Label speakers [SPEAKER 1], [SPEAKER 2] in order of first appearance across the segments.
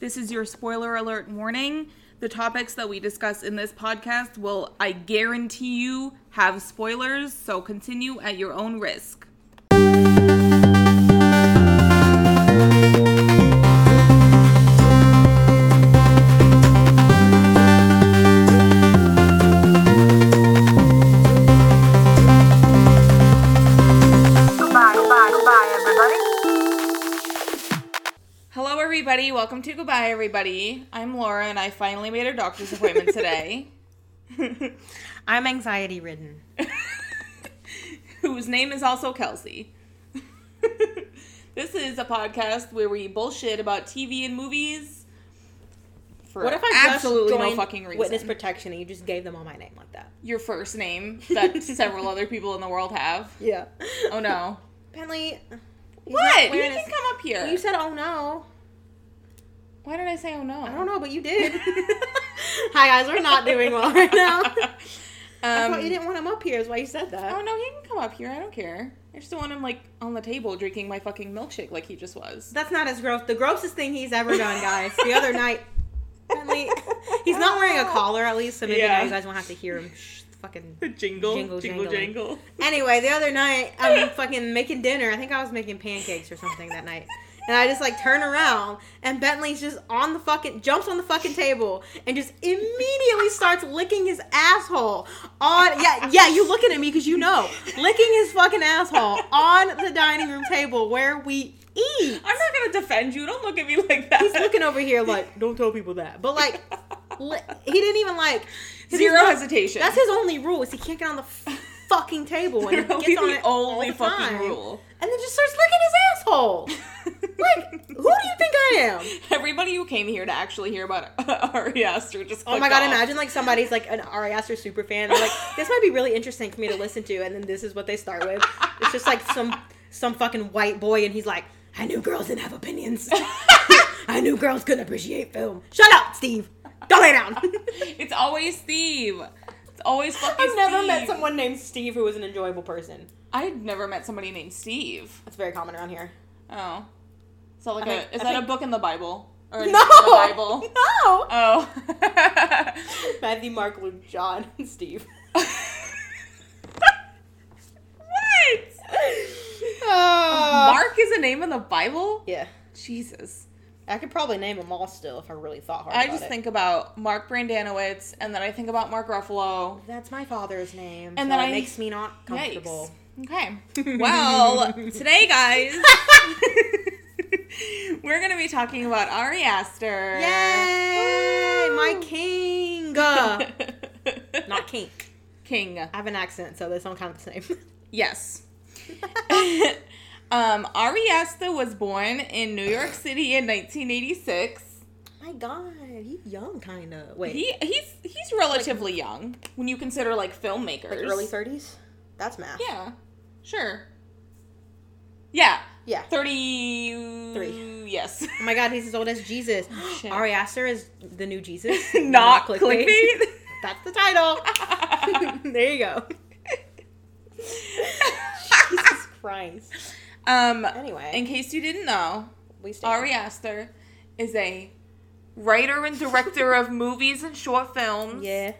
[SPEAKER 1] This is your spoiler alert warning. The topics that we discuss in this podcast will, I guarantee you, have spoilers, so continue at your own risk.
[SPEAKER 2] Goodbye, goodbye, goodbye, everybody.
[SPEAKER 1] Hello, everybody. Welcome to Goodbye, everybody. I'm Laura, and I finally made a doctor's appointment today,
[SPEAKER 3] I'm anxiety ridden.
[SPEAKER 1] whose name is also Kelsey. this is a podcast where we bullshit about TV and movies. For
[SPEAKER 3] What if I
[SPEAKER 1] absolutely
[SPEAKER 3] just
[SPEAKER 1] no
[SPEAKER 3] joined
[SPEAKER 1] fucking reason?
[SPEAKER 3] witness protection and you just gave them all my name like that?
[SPEAKER 1] your first name that several other people in the world have.
[SPEAKER 3] Yeah.
[SPEAKER 1] Oh no.
[SPEAKER 3] Apparently, he's
[SPEAKER 1] What?
[SPEAKER 3] not
[SPEAKER 1] You
[SPEAKER 3] wearing
[SPEAKER 1] can
[SPEAKER 3] his-
[SPEAKER 1] come up here.
[SPEAKER 3] You said, "Oh no."
[SPEAKER 1] Why did I say oh no?
[SPEAKER 3] I don't know, but you did. Hi guys, we're not doing well right now. I
[SPEAKER 1] Um,
[SPEAKER 3] thought you didn't want him up here. Is why you said that.
[SPEAKER 1] Oh no, he can come up here. I don't care. I just don't want him like on the table drinking my fucking milkshake like he just was.
[SPEAKER 3] That's not as gross. The grossest thing he's ever done, guys. The other night, apparently, he's not wearing a collar at least, so maybe
[SPEAKER 1] Yeah.
[SPEAKER 3] now you guys won't have to hear him. Sh- fucking.
[SPEAKER 1] jingle, jingle,
[SPEAKER 3] Jingle,
[SPEAKER 1] jingle,
[SPEAKER 3] jangle.
[SPEAKER 1] jangle.
[SPEAKER 3] Anyway, the other night I'm fucking making dinner. I think I was making pancakes or something that night. And I just like turn around and Bentley's just on the fucking jumps on the fucking table and just immediately starts licking his asshole on yeah yeah you looking at me because you know licking his fucking asshole on the dining room table where we eat.
[SPEAKER 1] I'm not gonna defend you. Don't look at me like that.
[SPEAKER 3] He's looking over here like don't tell people that, but like li- he didn't even like 'cause he's
[SPEAKER 1] Zero
[SPEAKER 3] not-
[SPEAKER 1] hesitation.
[SPEAKER 3] That's his only rule is he can't get on the f- fucking table when he
[SPEAKER 1] That'll
[SPEAKER 3] gets
[SPEAKER 1] be
[SPEAKER 3] on
[SPEAKER 1] the
[SPEAKER 3] it all
[SPEAKER 1] only
[SPEAKER 3] the
[SPEAKER 1] fucking
[SPEAKER 3] time.
[SPEAKER 1] rule.
[SPEAKER 3] And then just starts licking his asshole. Like, who do you think I am?
[SPEAKER 1] Everybody who came here to actually hear about Ari Aster just.
[SPEAKER 3] Oh my
[SPEAKER 1] clicked
[SPEAKER 3] god!
[SPEAKER 1] off.
[SPEAKER 3] Imagine like somebody's like an Ari Aster super fan. They're like, this might be really interesting for me to listen to, and then this is what they start with. It's just like some some fucking white boy, and he's like, I knew girls didn't have opinions. I knew girls couldn't appreciate film. Shut up, Steve. Go lay down.
[SPEAKER 1] It's always Steve. It's always fucking.
[SPEAKER 3] I've never met
[SPEAKER 1] Steve.
[SPEAKER 3] someone named Steve who was an enjoyable person.
[SPEAKER 1] I've never met somebody named Steve.
[SPEAKER 3] That's very common around here.
[SPEAKER 1] Oh. So like
[SPEAKER 3] I
[SPEAKER 1] a
[SPEAKER 3] think-
[SPEAKER 1] is
[SPEAKER 3] I
[SPEAKER 1] that a
[SPEAKER 3] think-
[SPEAKER 1] book in the Bible? Or
[SPEAKER 3] No,
[SPEAKER 1] in the Bible?
[SPEAKER 3] no.
[SPEAKER 1] Oh.
[SPEAKER 3] Matthew, Mark, Luke, John, and Steve.
[SPEAKER 1] what?
[SPEAKER 3] Mark.
[SPEAKER 1] Mark is a name in the Bible?
[SPEAKER 3] Uh, Yeah,
[SPEAKER 1] Jesus.
[SPEAKER 3] I could probably name them all still if I really thought hard.
[SPEAKER 1] I
[SPEAKER 3] about
[SPEAKER 1] just
[SPEAKER 3] it.
[SPEAKER 1] think about Mark Brandanowitz and then I think about Mark Ruffalo.
[SPEAKER 3] that's my father's name,
[SPEAKER 1] And
[SPEAKER 3] and
[SPEAKER 1] then
[SPEAKER 3] that
[SPEAKER 1] I-
[SPEAKER 3] makes me not
[SPEAKER 1] Yikes.
[SPEAKER 3] comfortable.
[SPEAKER 1] Okay. Well, today guys we're gonna be talking about Ari Aster.
[SPEAKER 3] Yay, my king! not kink.
[SPEAKER 1] King.
[SPEAKER 3] I have an accent, so they sound kind of the same.
[SPEAKER 1] Yes. um, Ari Aster was born in New York City in 1986.
[SPEAKER 3] my God, he's young, kind of. Wait,
[SPEAKER 1] He he's he's relatively young when you consider like filmmakers.
[SPEAKER 3] like early thirties? That's math.
[SPEAKER 1] Yeah, sure. Yeah,
[SPEAKER 3] Yeah.
[SPEAKER 1] thirty
[SPEAKER 3] Three.
[SPEAKER 1] Yes,
[SPEAKER 3] Oh my God, he's as old as Jesus.
[SPEAKER 1] Oh, Shit.
[SPEAKER 3] Ari Aster is the new Jesus.
[SPEAKER 1] not clickbait.
[SPEAKER 3] That's the title. there you go. Jesus Christ.
[SPEAKER 1] um,
[SPEAKER 3] Anyway,
[SPEAKER 1] in case you didn't know,
[SPEAKER 3] we stay.
[SPEAKER 1] Ari Aster is a writer and director of movies and short films.
[SPEAKER 3] Yeah.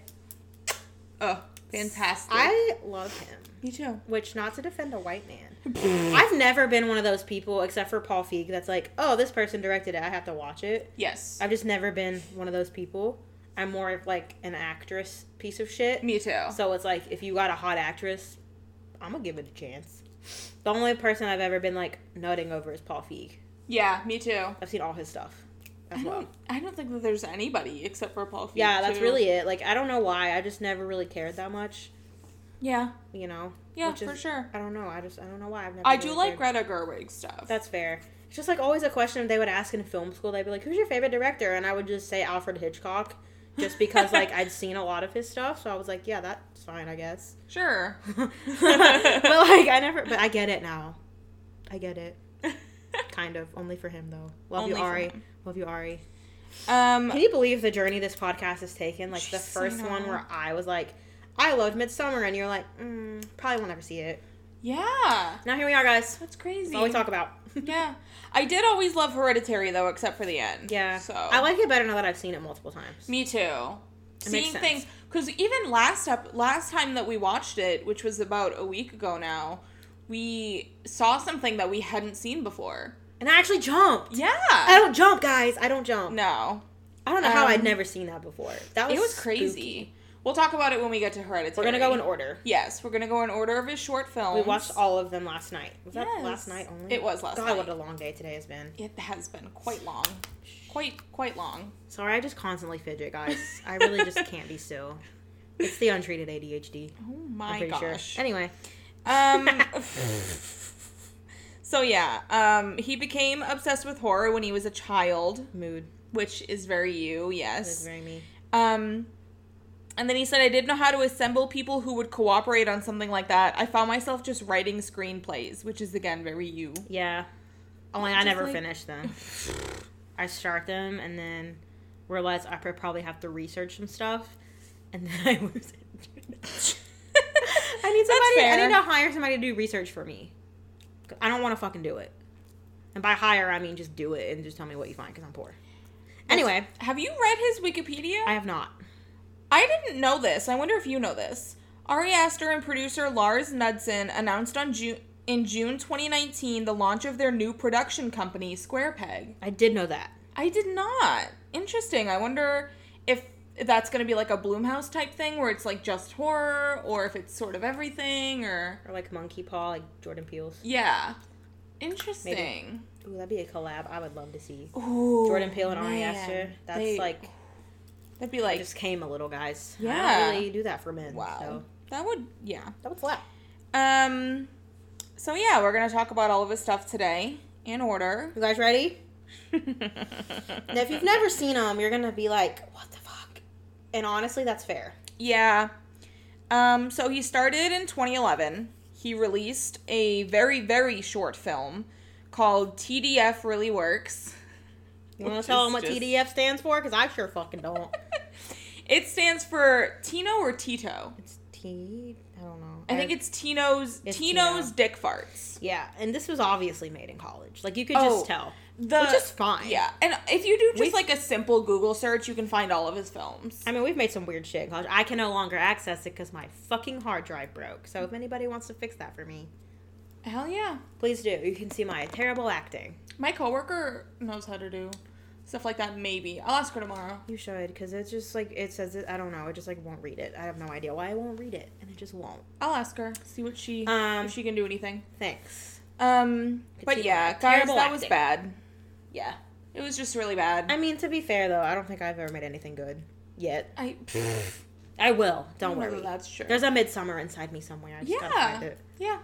[SPEAKER 1] Oh, fantastic.
[SPEAKER 3] I love him.
[SPEAKER 1] Me too.
[SPEAKER 3] Which, not to defend a white man, I've never been one of those people, except for Paul Feig, that's like, oh, this person directed it, I have to watch it.
[SPEAKER 1] Yes.
[SPEAKER 3] I've just never been one of those people. I'm more of like an actress piece of shit.
[SPEAKER 1] Me too.
[SPEAKER 3] So it's like, if you got a hot actress, I'm gonna give it a chance. The only person I've ever been like nutting over is Paul Feig.
[SPEAKER 1] yeah, me too.
[SPEAKER 3] I've seen all his stuff
[SPEAKER 1] I
[SPEAKER 3] as well.
[SPEAKER 1] don't, I don't think that there's anybody except for Paul Feig.
[SPEAKER 3] Yeah, that's
[SPEAKER 1] too.
[SPEAKER 3] really it. Like, I don't know why. I just never really cared that much,
[SPEAKER 1] Yeah,
[SPEAKER 3] you know?
[SPEAKER 1] yeah,
[SPEAKER 3] Which is-
[SPEAKER 1] for sure.
[SPEAKER 3] I don't know. I just, I don't know why. I've never
[SPEAKER 1] I
[SPEAKER 3] really
[SPEAKER 1] do like
[SPEAKER 3] cared.
[SPEAKER 1] Greta Gerwig stuff.
[SPEAKER 3] That's fair. It's just like always a question they would ask in film school. They'd be like, "Who's your favorite director?" And I would just say Alfred Hitchcock, just because like I'd seen a lot of his stuff. So I was like, "Yeah, that's fine, I guess."
[SPEAKER 1] sure.
[SPEAKER 3] but like, I never. But I get it now. I get it. Kind of. Only for him though. Love
[SPEAKER 1] Only
[SPEAKER 3] you,
[SPEAKER 1] for
[SPEAKER 3] Ari.
[SPEAKER 1] him.
[SPEAKER 3] Love you, Ari. Can
[SPEAKER 1] um,
[SPEAKER 3] you believe the journey this podcast has taken? Like the
[SPEAKER 1] Jeez, I
[SPEAKER 3] first
[SPEAKER 1] know.
[SPEAKER 3] one where I was like, "I loved Midsummer," and you're like, mm, "Probably won't ever see it."
[SPEAKER 1] yeah,
[SPEAKER 3] Now here we are, guys.
[SPEAKER 1] that's crazy.
[SPEAKER 3] That's all we talk about.
[SPEAKER 1] yeah. I did always love Hereditary though, except for the end.
[SPEAKER 3] yeah.
[SPEAKER 1] So
[SPEAKER 3] I like it better now that I've seen it multiple times.
[SPEAKER 1] Me too.
[SPEAKER 3] It makes
[SPEAKER 1] Seeing
[SPEAKER 3] sense.
[SPEAKER 1] things because even last up last time that we watched it, which was about a week ago now, we saw something that we hadn't seen before.
[SPEAKER 3] And I actually jumped.
[SPEAKER 1] Yeah.
[SPEAKER 3] I don't jump, guys. I don't jump.
[SPEAKER 1] no.
[SPEAKER 3] I don't know how
[SPEAKER 1] Um,
[SPEAKER 3] I'd never seen that before. That was
[SPEAKER 1] it was crazy.
[SPEAKER 3] spooky.
[SPEAKER 1] We'll talk about it when we get to Hereditary.
[SPEAKER 3] We're gonna go in order.
[SPEAKER 1] Yes, we're gonna go in order of his short films.
[SPEAKER 3] We watched all of them last night. Was that
[SPEAKER 1] Yes.
[SPEAKER 3] last night only?
[SPEAKER 1] It was last
[SPEAKER 3] God,
[SPEAKER 1] night.
[SPEAKER 3] what a long day today has been.
[SPEAKER 1] It has been quite long, quite quite long.
[SPEAKER 3] Sorry, I just constantly fidget, guys. I really just can't be still. It's the untreated ADHD.
[SPEAKER 1] Oh
[SPEAKER 3] I'm
[SPEAKER 1] my
[SPEAKER 3] pretty
[SPEAKER 1] gosh.
[SPEAKER 3] sure. Anyway,
[SPEAKER 1] Um. so yeah, um, he became obsessed with horror when he was a child,
[SPEAKER 3] mood.
[SPEAKER 1] which is very you,
[SPEAKER 3] That's
[SPEAKER 1] yes.
[SPEAKER 3] very me.
[SPEAKER 1] Um. And then he said, I didn't know how to assemble people who would cooperate on something like that. I found myself just writing screenplays, which is again very you.
[SPEAKER 3] Yeah. Only I never
[SPEAKER 1] like-
[SPEAKER 3] finish them. I start them and then realize I could probably have to research some stuff, and then I lose it. I need
[SPEAKER 1] That's
[SPEAKER 3] somebody. I
[SPEAKER 1] fair.
[SPEAKER 3] need to hire somebody to do research for me. 'Cause I don't want to fucking do it. And by hire, I mean just do it and just tell me what you find because I'm poor. Anyway,
[SPEAKER 1] Have you read his Wikipedia?
[SPEAKER 3] I have not.
[SPEAKER 1] I didn't know this. I wonder if you know this. Ari Aster and producer Lars Nudsen announced on June in June 2019 the launch of their new production company, Square Peg.
[SPEAKER 3] I did know that.
[SPEAKER 1] I did not. Interesting. I wonder if that's going to be like a Bloomhouse type thing where it's like just horror or if it's sort of everything or
[SPEAKER 3] Or like Monkey Paw, like Jordan Peele's.
[SPEAKER 1] yeah. Interesting.
[SPEAKER 3] Ooh, that'd be a collab. I would love to see
[SPEAKER 1] Ooh,
[SPEAKER 3] Jordan Peele and Ari
[SPEAKER 1] man.
[SPEAKER 3] Aster. That's
[SPEAKER 1] They-
[SPEAKER 3] like
[SPEAKER 1] that'd be
[SPEAKER 3] I
[SPEAKER 1] like
[SPEAKER 3] just came a little, guys. I
[SPEAKER 1] Yeah.
[SPEAKER 3] don't really do that for men.
[SPEAKER 1] wow.
[SPEAKER 3] So.
[SPEAKER 1] That would yeah.
[SPEAKER 3] That would slap.
[SPEAKER 1] Um, so yeah, we're gonna talk about all of his stuff today in order.
[SPEAKER 3] You guys ready? Now, if
[SPEAKER 1] Nephew.
[SPEAKER 3] you've never seen them, you're gonna be like, "What the fuck?" And honestly, that's fair.
[SPEAKER 1] Yeah. Um, so he started in 2011. He released a very very short film called TDF Really Works.
[SPEAKER 3] You want
[SPEAKER 1] Which
[SPEAKER 3] to tell
[SPEAKER 1] is
[SPEAKER 3] them what
[SPEAKER 1] just-
[SPEAKER 3] TDF stands for? Because I sure fucking don't.
[SPEAKER 1] It stands for Tino or Tito.
[SPEAKER 3] it's T. I don't know.
[SPEAKER 1] I think it's Tino's
[SPEAKER 3] It's
[SPEAKER 1] Tino's
[SPEAKER 3] Tino.
[SPEAKER 1] dick farts.
[SPEAKER 3] yeah. And this was obviously made in college. Like you could
[SPEAKER 1] Oh,
[SPEAKER 3] just tell,
[SPEAKER 1] The
[SPEAKER 3] which is fine.
[SPEAKER 1] yeah, and if you do just
[SPEAKER 3] We've-
[SPEAKER 1] like a simple Google search, you can find all of his films.
[SPEAKER 3] I mean, we've made some weird shit in college. I can no longer access it because my fucking hard drive broke. So if anybody wants to fix that for me,
[SPEAKER 1] Hell yeah.
[SPEAKER 3] please do. You can see my terrible acting.
[SPEAKER 1] My coworker knows how to do stuff like that. Maybe I'll ask her tomorrow.
[SPEAKER 3] You should, because it's just like it says it. I don't know. It just like won't read it. I have no idea why I won't read it, and it just won't.
[SPEAKER 1] I'll ask her. See what she
[SPEAKER 3] Um,
[SPEAKER 1] if she can do anything.
[SPEAKER 3] Thanks.
[SPEAKER 1] Um, but
[SPEAKER 3] Continue.
[SPEAKER 1] yeah, guys,
[SPEAKER 3] Terrible
[SPEAKER 1] that was
[SPEAKER 3] acting.
[SPEAKER 1] bad.
[SPEAKER 3] Yeah.
[SPEAKER 1] It was just really bad.
[SPEAKER 3] I mean, to be fair though, I don't think I've ever made anything good yet.
[SPEAKER 1] I
[SPEAKER 3] I will. Don't
[SPEAKER 1] don't
[SPEAKER 3] worry.
[SPEAKER 1] know that's true.
[SPEAKER 3] There's a midsummer inside me somewhere. I just gotta find
[SPEAKER 1] yeah,
[SPEAKER 3] it.
[SPEAKER 1] yeah.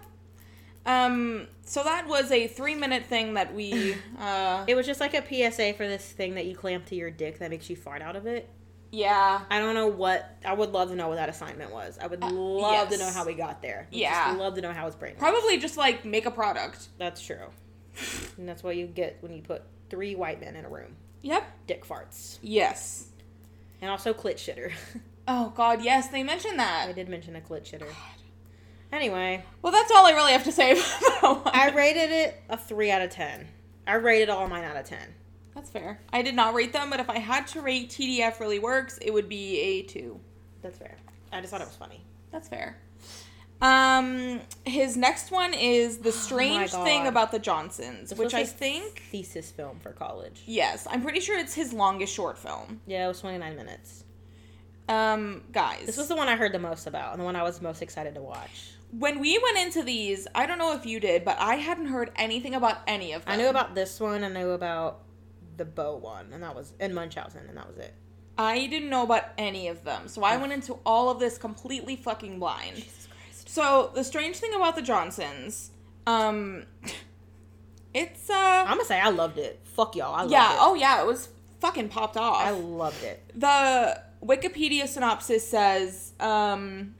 [SPEAKER 1] Um, so that was a three-minute thing that we, uh,
[SPEAKER 3] It was just like a PSA for this thing that you clamp to your dick that makes you fart out of it.
[SPEAKER 1] yeah,
[SPEAKER 3] I don't know what. I would love to know what that assignment was. I would love to know
[SPEAKER 1] Uh, yes.
[SPEAKER 3] how we got there. I'd
[SPEAKER 1] Yeah.
[SPEAKER 3] Just love to know how it's brain. works.
[SPEAKER 1] probably just like make a product.
[SPEAKER 3] That's true. and that's what you get when you put three white men in a room.
[SPEAKER 1] Yep.
[SPEAKER 3] Dick farts.
[SPEAKER 1] Yes.
[SPEAKER 3] And also clit shitter.
[SPEAKER 1] Oh God, yes, they mentioned
[SPEAKER 3] I
[SPEAKER 1] that.
[SPEAKER 3] did mention a clit shitter. Anyway,
[SPEAKER 1] Well, that's all I really have to say about that one.
[SPEAKER 3] I rated it a 3 out of 10. I rated all mine out of 10.
[SPEAKER 1] That's fair. I did not rate them, but if I had to rate TDF really works, it would be a two.
[SPEAKER 3] That's fair. I just thought it was funny.
[SPEAKER 1] That's fair. Um, his next one is the strange
[SPEAKER 3] Oh God.
[SPEAKER 1] thing about the Johnsons,
[SPEAKER 3] This
[SPEAKER 1] which
[SPEAKER 3] was
[SPEAKER 1] I
[SPEAKER 3] his
[SPEAKER 1] think
[SPEAKER 3] Thesis film for college.
[SPEAKER 1] yes, I'm pretty sure it's his longest short film.
[SPEAKER 3] Yeah, it was 29 minutes.
[SPEAKER 1] Um, guys,
[SPEAKER 3] This was the one I heard the most about and the one I was most excited to watch.
[SPEAKER 1] when we went into these, I don't know if you did, but I hadn't heard anything about any of them.
[SPEAKER 3] I knew about this one, I knew about the bow one, and that was in Munchausen, and that was it.
[SPEAKER 1] I didn't know about any of them, so I went into all of this completely fucking blind. So the strange thing about the Johnsons, um, it's uh,
[SPEAKER 3] I'm gonna say I loved it. Fuck y'all. I loved
[SPEAKER 1] yeah,
[SPEAKER 3] it.
[SPEAKER 1] oh yeah, it was fucking popped off.
[SPEAKER 3] I loved it.
[SPEAKER 1] the Wikipedia synopsis says um,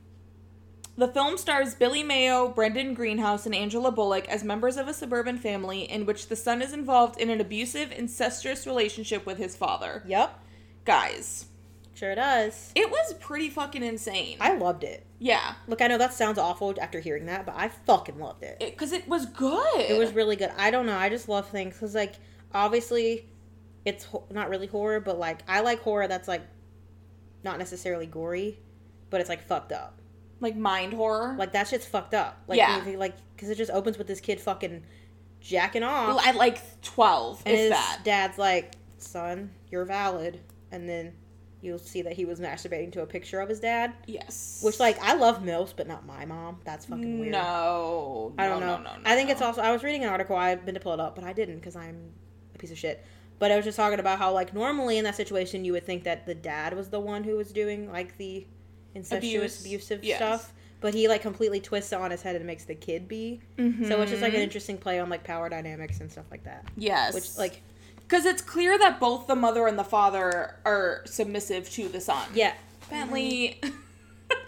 [SPEAKER 1] the film stars Billy Mayo, Brendan Greenhouse, and Angela Bullock as members of a suburban family in which the son is involved in an abusive, incestuous relationship with his father.
[SPEAKER 3] Yep.
[SPEAKER 1] Guys,
[SPEAKER 3] Sure does.
[SPEAKER 1] It was pretty fucking insane.
[SPEAKER 3] I loved it.
[SPEAKER 1] yeah.
[SPEAKER 3] Look, I know that sounds awful after hearing that, but I fucking loved it.
[SPEAKER 1] Because it, was good.
[SPEAKER 3] It was really good. I don't know. I just love things because, like, obviously, it's ho- not really horror, but like, I like horror that's like not necessarily gory, but it's like fucked up.
[SPEAKER 1] like mind horror.
[SPEAKER 3] Like that shit's fucked up. Like,
[SPEAKER 1] Yeah.
[SPEAKER 3] you- like because it just opens with this kid fucking jacking off,
[SPEAKER 1] at like 12,
[SPEAKER 3] and
[SPEAKER 1] if
[SPEAKER 3] his
[SPEAKER 1] that.
[SPEAKER 3] dad's like, "Son, you're valid," and then you'll see that he was masturbating to a picture of his dad.
[SPEAKER 1] yes.
[SPEAKER 3] Which, like, I love Mills, but not my mom. That's fucking weird.
[SPEAKER 1] No.
[SPEAKER 3] I don't
[SPEAKER 1] no,
[SPEAKER 3] know.
[SPEAKER 1] No, no, no,
[SPEAKER 3] I think
[SPEAKER 1] no.
[SPEAKER 3] it's also. I was reading an article. I've been to pull it up, but I didn't because I'm a piece of shit. But I was just talking about how, like, normally in that situation, you would think that the dad was the one who was doing like the incestuous,
[SPEAKER 1] Abuse.
[SPEAKER 3] abusive
[SPEAKER 1] Yes.
[SPEAKER 3] stuff. But he like completely twists it on his head and makes the kid be. So it's just
[SPEAKER 1] Mm-hmm.
[SPEAKER 3] like an interesting play on like power dynamics and stuff like that.
[SPEAKER 1] Yes.
[SPEAKER 3] Which like
[SPEAKER 1] Because it's clear that both the mother and the father are submissive to the son.
[SPEAKER 3] yeah.
[SPEAKER 1] Bentley.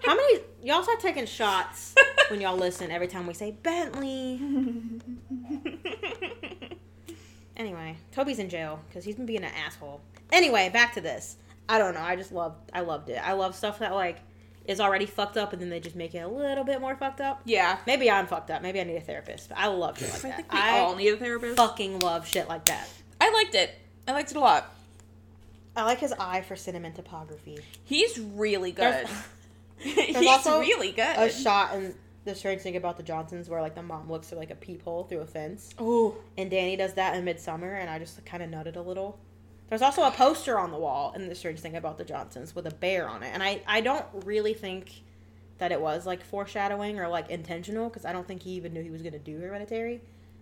[SPEAKER 3] How many y'all start taking shots when y'all listen every time we say Bentley? Anyway, Toby's in jail because he's been being an asshole. Anyway, back to this. I don't know. I just loved. I loved it. I love stuff that like is already fucked up and then they just make it a little bit more fucked up.
[SPEAKER 1] yeah.
[SPEAKER 3] Maybe I'm fucked up. Maybe I need a therapist. But I love shit like
[SPEAKER 1] I
[SPEAKER 3] that.
[SPEAKER 1] think we
[SPEAKER 3] I
[SPEAKER 1] all need a therapist.
[SPEAKER 3] fucking love shit like that.
[SPEAKER 1] I liked it. I liked it a lot.
[SPEAKER 3] I like his eye for cinnamon topography.
[SPEAKER 1] He's really good.
[SPEAKER 3] There's-
[SPEAKER 1] He's
[SPEAKER 3] also
[SPEAKER 1] really good.
[SPEAKER 3] A shot in the strange thing about the Johnsons where like the mom looks through like a peephole through a fence.
[SPEAKER 1] oh.
[SPEAKER 3] And Danny does that in Midsummer, and I just kind of nutted a little. There's also a poster on the wall in The Strange Thing About the Johnsons with a bear on it, and I I don't really think that it was like foreshadowing or like intentional because I don't think he even knew he was gonna do Hereditary.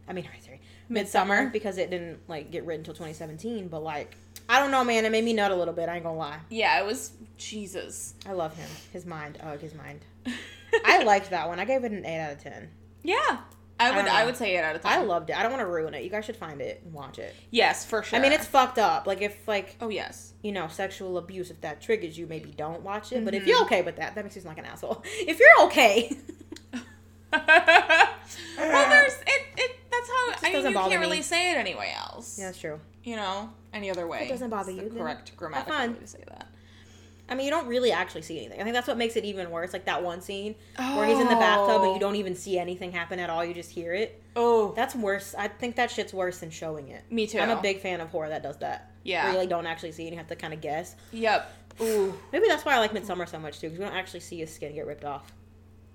[SPEAKER 3] I mean Hereditary, Midsummer,
[SPEAKER 1] Midsummer.
[SPEAKER 3] because it didn't like get written until 2017. But like I don't know, man, it made me nut a little bit. I ain't gonna lie.
[SPEAKER 1] Yeah, it was Jesus.
[SPEAKER 3] I love him, his mind, ugh, his mind. I liked that one. I gave it an eight out of ten.
[SPEAKER 1] Yeah. I would
[SPEAKER 3] don't
[SPEAKER 1] I,
[SPEAKER 3] know.
[SPEAKER 1] would say it out of
[SPEAKER 3] Uh, I
[SPEAKER 1] time.
[SPEAKER 3] loved it. I don't want to ruin it. You guys should find it and watch it.
[SPEAKER 1] yes, for sure.
[SPEAKER 3] I mean, it's fucked up. Like if like
[SPEAKER 1] Oh yes.
[SPEAKER 3] you know, sexual abuse, if that triggers you, maybe don't watch it. But if
[SPEAKER 1] Mm-hmm.
[SPEAKER 3] you're okay with that, that makes you sound like an asshole. If you're okay,
[SPEAKER 1] well, there's it. it that's how. I mean,
[SPEAKER 3] doesn't
[SPEAKER 1] you
[SPEAKER 3] bother
[SPEAKER 1] can't really
[SPEAKER 3] me.
[SPEAKER 1] say it anyway else.
[SPEAKER 3] yeah, that's true.
[SPEAKER 1] You know, any other way.
[SPEAKER 3] doesn't bother
[SPEAKER 1] It's
[SPEAKER 3] you,
[SPEAKER 1] The
[SPEAKER 3] then
[SPEAKER 1] correct grammatical
[SPEAKER 3] fun.
[SPEAKER 1] way to say that.
[SPEAKER 3] I mean, you don't really actually see anything. I think that's what makes it even worse. Like that one scene where he's in the bathtub and
[SPEAKER 1] Oh.
[SPEAKER 3] you don't even see anything happen at all. You just hear it.
[SPEAKER 1] Oh,
[SPEAKER 3] That's worse. I think that shit's worse than showing it.
[SPEAKER 1] me too.
[SPEAKER 3] I'm a big fan of horror that does that.
[SPEAKER 1] Yeah.
[SPEAKER 3] Where you like don't actually see it and you have to kind of guess.
[SPEAKER 1] Yep. Ooh,
[SPEAKER 3] Maybe that's why I like Midsummer so much too, because we don't actually see his skin get ripped off.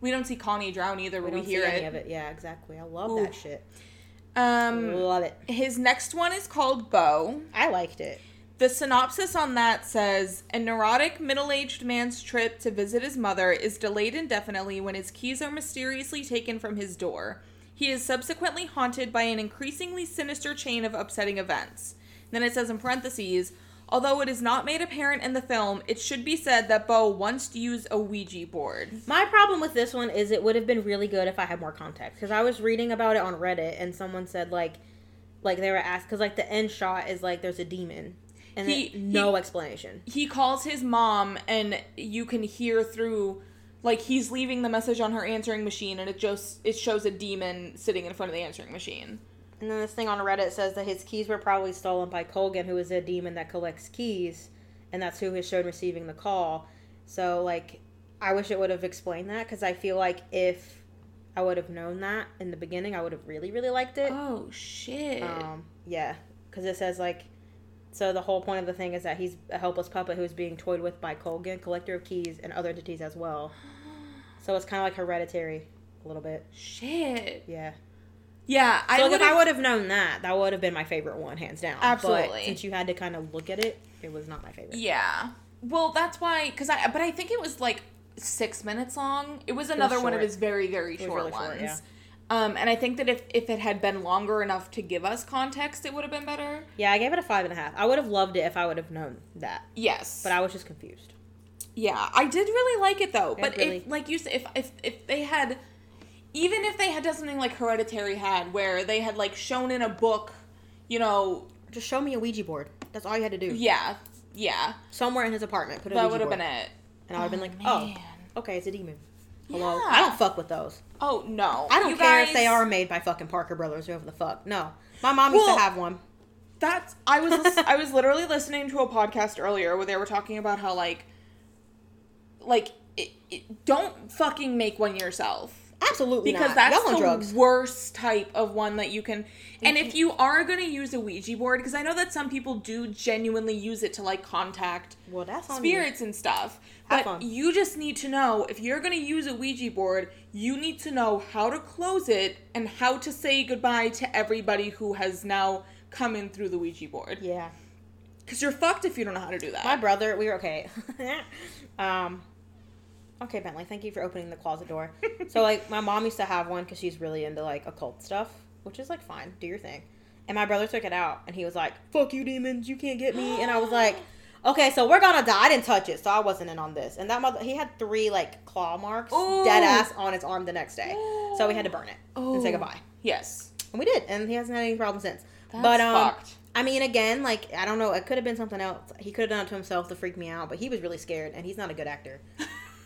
[SPEAKER 1] we don't see Connie drown either,
[SPEAKER 3] We
[SPEAKER 1] but we,
[SPEAKER 3] don't
[SPEAKER 1] hear
[SPEAKER 3] see
[SPEAKER 1] it.
[SPEAKER 3] any of it. Yeah, exactly. I love
[SPEAKER 1] Ooh.
[SPEAKER 3] that shit.
[SPEAKER 1] Um,
[SPEAKER 3] Love it.
[SPEAKER 1] his next one is called Bo.
[SPEAKER 3] I liked it.
[SPEAKER 1] The synopsis on that says A neurotic middle aged man's trip to visit his mother is delayed indefinitely when his keys are mysteriously taken from his door. He is subsequently haunted by an increasingly sinister chain of upsetting events. Then it says in parentheses, although it is not made apparent in the film, it should be said that Bo once used a Ouija board.
[SPEAKER 3] My problem with this one is it would have been really good if I had more context because I was reading about it on Reddit and someone said like, like they were asked because like the end shot is like there's a demon and
[SPEAKER 1] He-
[SPEAKER 3] it- no
[SPEAKER 1] he-
[SPEAKER 3] explanation.
[SPEAKER 1] He calls his mom, and you can hear through. Like he's leaving the message on her answering machine, and it just it shows a demon sitting in front of the answering machine.
[SPEAKER 3] And then this thing on Reddit says that his keys were probably stolen by Colgan, who is a demon that collects keys, and that's who is shown receiving the call. So like, I wish it would have explained that because I feel like if I would have known that in the beginning, I would have really really liked it.
[SPEAKER 1] Oh shit.
[SPEAKER 3] Um, yeah, because it says like, so the whole point of the thing is that he's a helpless puppet who's being toyed with by Colgan, collector of keys, and other entities as well. So it's kind of like hereditary, a little bit.
[SPEAKER 1] shit.
[SPEAKER 3] Yeah.
[SPEAKER 1] Yeah, I
[SPEAKER 3] So
[SPEAKER 1] would
[SPEAKER 3] if I would have known that, that would have been my favorite one, hands down. But
[SPEAKER 1] Absolutely.
[SPEAKER 3] since you had to kind of look at it, it was not my favorite.
[SPEAKER 1] Yeah. Well, that's why cuz I but I think it was like 6 minutes long. It was another one of
[SPEAKER 3] short.
[SPEAKER 1] his very very
[SPEAKER 3] was
[SPEAKER 1] short
[SPEAKER 3] really short,
[SPEAKER 1] ones.
[SPEAKER 3] yeah.
[SPEAKER 1] Um and I think that if if it had been longer enough to give us context, it would have been better.
[SPEAKER 3] Yeah, I gave it a five and a half. I would have loved it if I would have known that,
[SPEAKER 1] Yes.
[SPEAKER 3] but I was just confused.
[SPEAKER 1] Yeah, I did really like it though. But
[SPEAKER 3] really-
[SPEAKER 1] if, like you said, if, if if they had, even if they had done something like Hereditary had, where they had like shown in a book, you know,
[SPEAKER 3] Just show me a Ouija board. That's all you had to do.
[SPEAKER 1] yeah, yeah,
[SPEAKER 3] Somewhere in his apartment, put a
[SPEAKER 1] that
[SPEAKER 3] Ouija
[SPEAKER 1] would have
[SPEAKER 3] board.
[SPEAKER 1] been it.
[SPEAKER 3] And I would have been like,
[SPEAKER 1] Man.
[SPEAKER 3] oh, okay, it's a demon. Hello.
[SPEAKER 1] Yeah.
[SPEAKER 3] I don't fuck with those.
[SPEAKER 1] Oh no!
[SPEAKER 3] I don't
[SPEAKER 1] You
[SPEAKER 3] care if
[SPEAKER 1] guys-
[SPEAKER 3] they are made by fucking Parker Brothers, whoever the fuck. No. My mom used
[SPEAKER 1] Well-
[SPEAKER 3] to have one.
[SPEAKER 1] That's I was lis- I was literally listening to a podcast earlier where they were talking about how like like it, it, don't fucking make one yourself
[SPEAKER 3] Absolutely
[SPEAKER 1] because
[SPEAKER 3] not.
[SPEAKER 1] that's
[SPEAKER 3] Y'all on
[SPEAKER 1] the
[SPEAKER 3] drugs.
[SPEAKER 1] worst type of one that you can. And if you are gonna use a Ouija board, because I know that some people do genuinely use it to like contact
[SPEAKER 3] Well, that's on Spirit.
[SPEAKER 1] spirits and stuff. But
[SPEAKER 3] Have fun.
[SPEAKER 1] you just need to know if you're going to use a Ouija board, you need to know how to close it and how to say goodbye to everybody who has now come in through the Ouija board.
[SPEAKER 3] Yeah.
[SPEAKER 1] Because you're fucked if you don't know how to do that.
[SPEAKER 3] My brother, we were okay. um, okay, Bentley, thank you for opening the closet door. so, like, my mom used to have one because she's really into like occult stuff, which is like fine, do your thing. And my brother took it out, and he was like, "Fuck you, demons! You can't get me." And I was like, "Okay, so we're gonna die." I didn't touch it, so I wasn't in on this. And that mother, he had three like claw marks,
[SPEAKER 1] Ooh.
[SPEAKER 3] dead ass on his arm the next day. So we had to burn it and say
[SPEAKER 1] Oh.
[SPEAKER 3] goodbye.
[SPEAKER 1] yes.
[SPEAKER 3] And we did, and he hasn't had any problems since.
[SPEAKER 1] That's
[SPEAKER 3] but um,
[SPEAKER 1] fucked.
[SPEAKER 3] I mean, again, like I don't know, it could have been something else. He could have done it to himself to freak me out, but he was really scared, and he's not a good actor.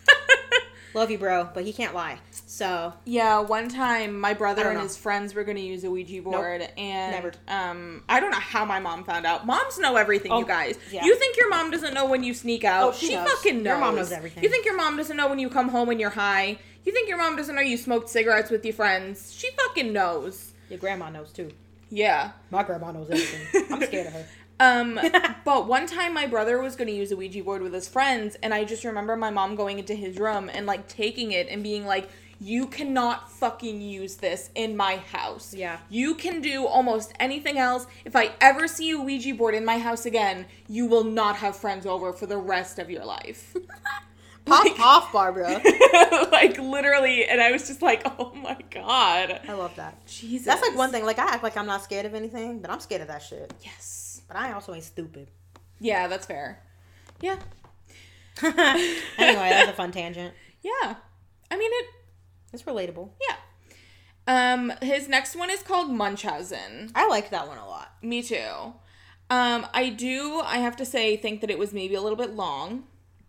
[SPEAKER 3] Love you, bro, but he can't lie. So
[SPEAKER 1] Yeah, one time my brother
[SPEAKER 3] don't
[SPEAKER 1] and
[SPEAKER 3] know.
[SPEAKER 1] his friends were going to use a Ouija board, and
[SPEAKER 3] Never.
[SPEAKER 1] um, I don't know how my mom found out. Moms know everything,
[SPEAKER 3] Oh,
[SPEAKER 1] you guys.
[SPEAKER 3] yeah.
[SPEAKER 1] You think your mom doesn't know when you sneak out?
[SPEAKER 3] Oh, she knows.
[SPEAKER 1] fucking knows.
[SPEAKER 3] Your mom knows everything.
[SPEAKER 1] You think your mom doesn't know when you come home and you're high? You think your mom doesn't know you smoked cigarettes with your friends? She fucking knows.
[SPEAKER 3] your grandma knows too.
[SPEAKER 1] Yeah.
[SPEAKER 3] My grandma knows everything. I'm scared of her.
[SPEAKER 1] Um, but one time my brother was going to use a Ouija board with his friends, and I just remember my mom going into his room and like taking it and being like, "You cannot fucking use this in my house.
[SPEAKER 3] Yeah.
[SPEAKER 1] you can do almost anything else. If I ever see a Ouija board in my house again, you will not have friends over for the rest of your life."
[SPEAKER 3] Pop off, Barbara.
[SPEAKER 1] like literally, and I was just like, "Oh my god,
[SPEAKER 3] I love that.
[SPEAKER 1] Jesus."
[SPEAKER 3] That's like one thing. Like I act like I'm not scared of anything, but I'm scared of that shit.
[SPEAKER 1] Yes.
[SPEAKER 3] But I also ain't stupid.
[SPEAKER 1] Yeah, that's fair. Yeah,
[SPEAKER 3] anyway, that's a fun tangent.
[SPEAKER 1] yeah. I mean it.
[SPEAKER 3] It's relatable.
[SPEAKER 1] Yeah. Um, his next one is called Munchausen.
[SPEAKER 3] I liked that one a lot.
[SPEAKER 1] Me too. Um, I do, I have to say, think that it was maybe a little bit long.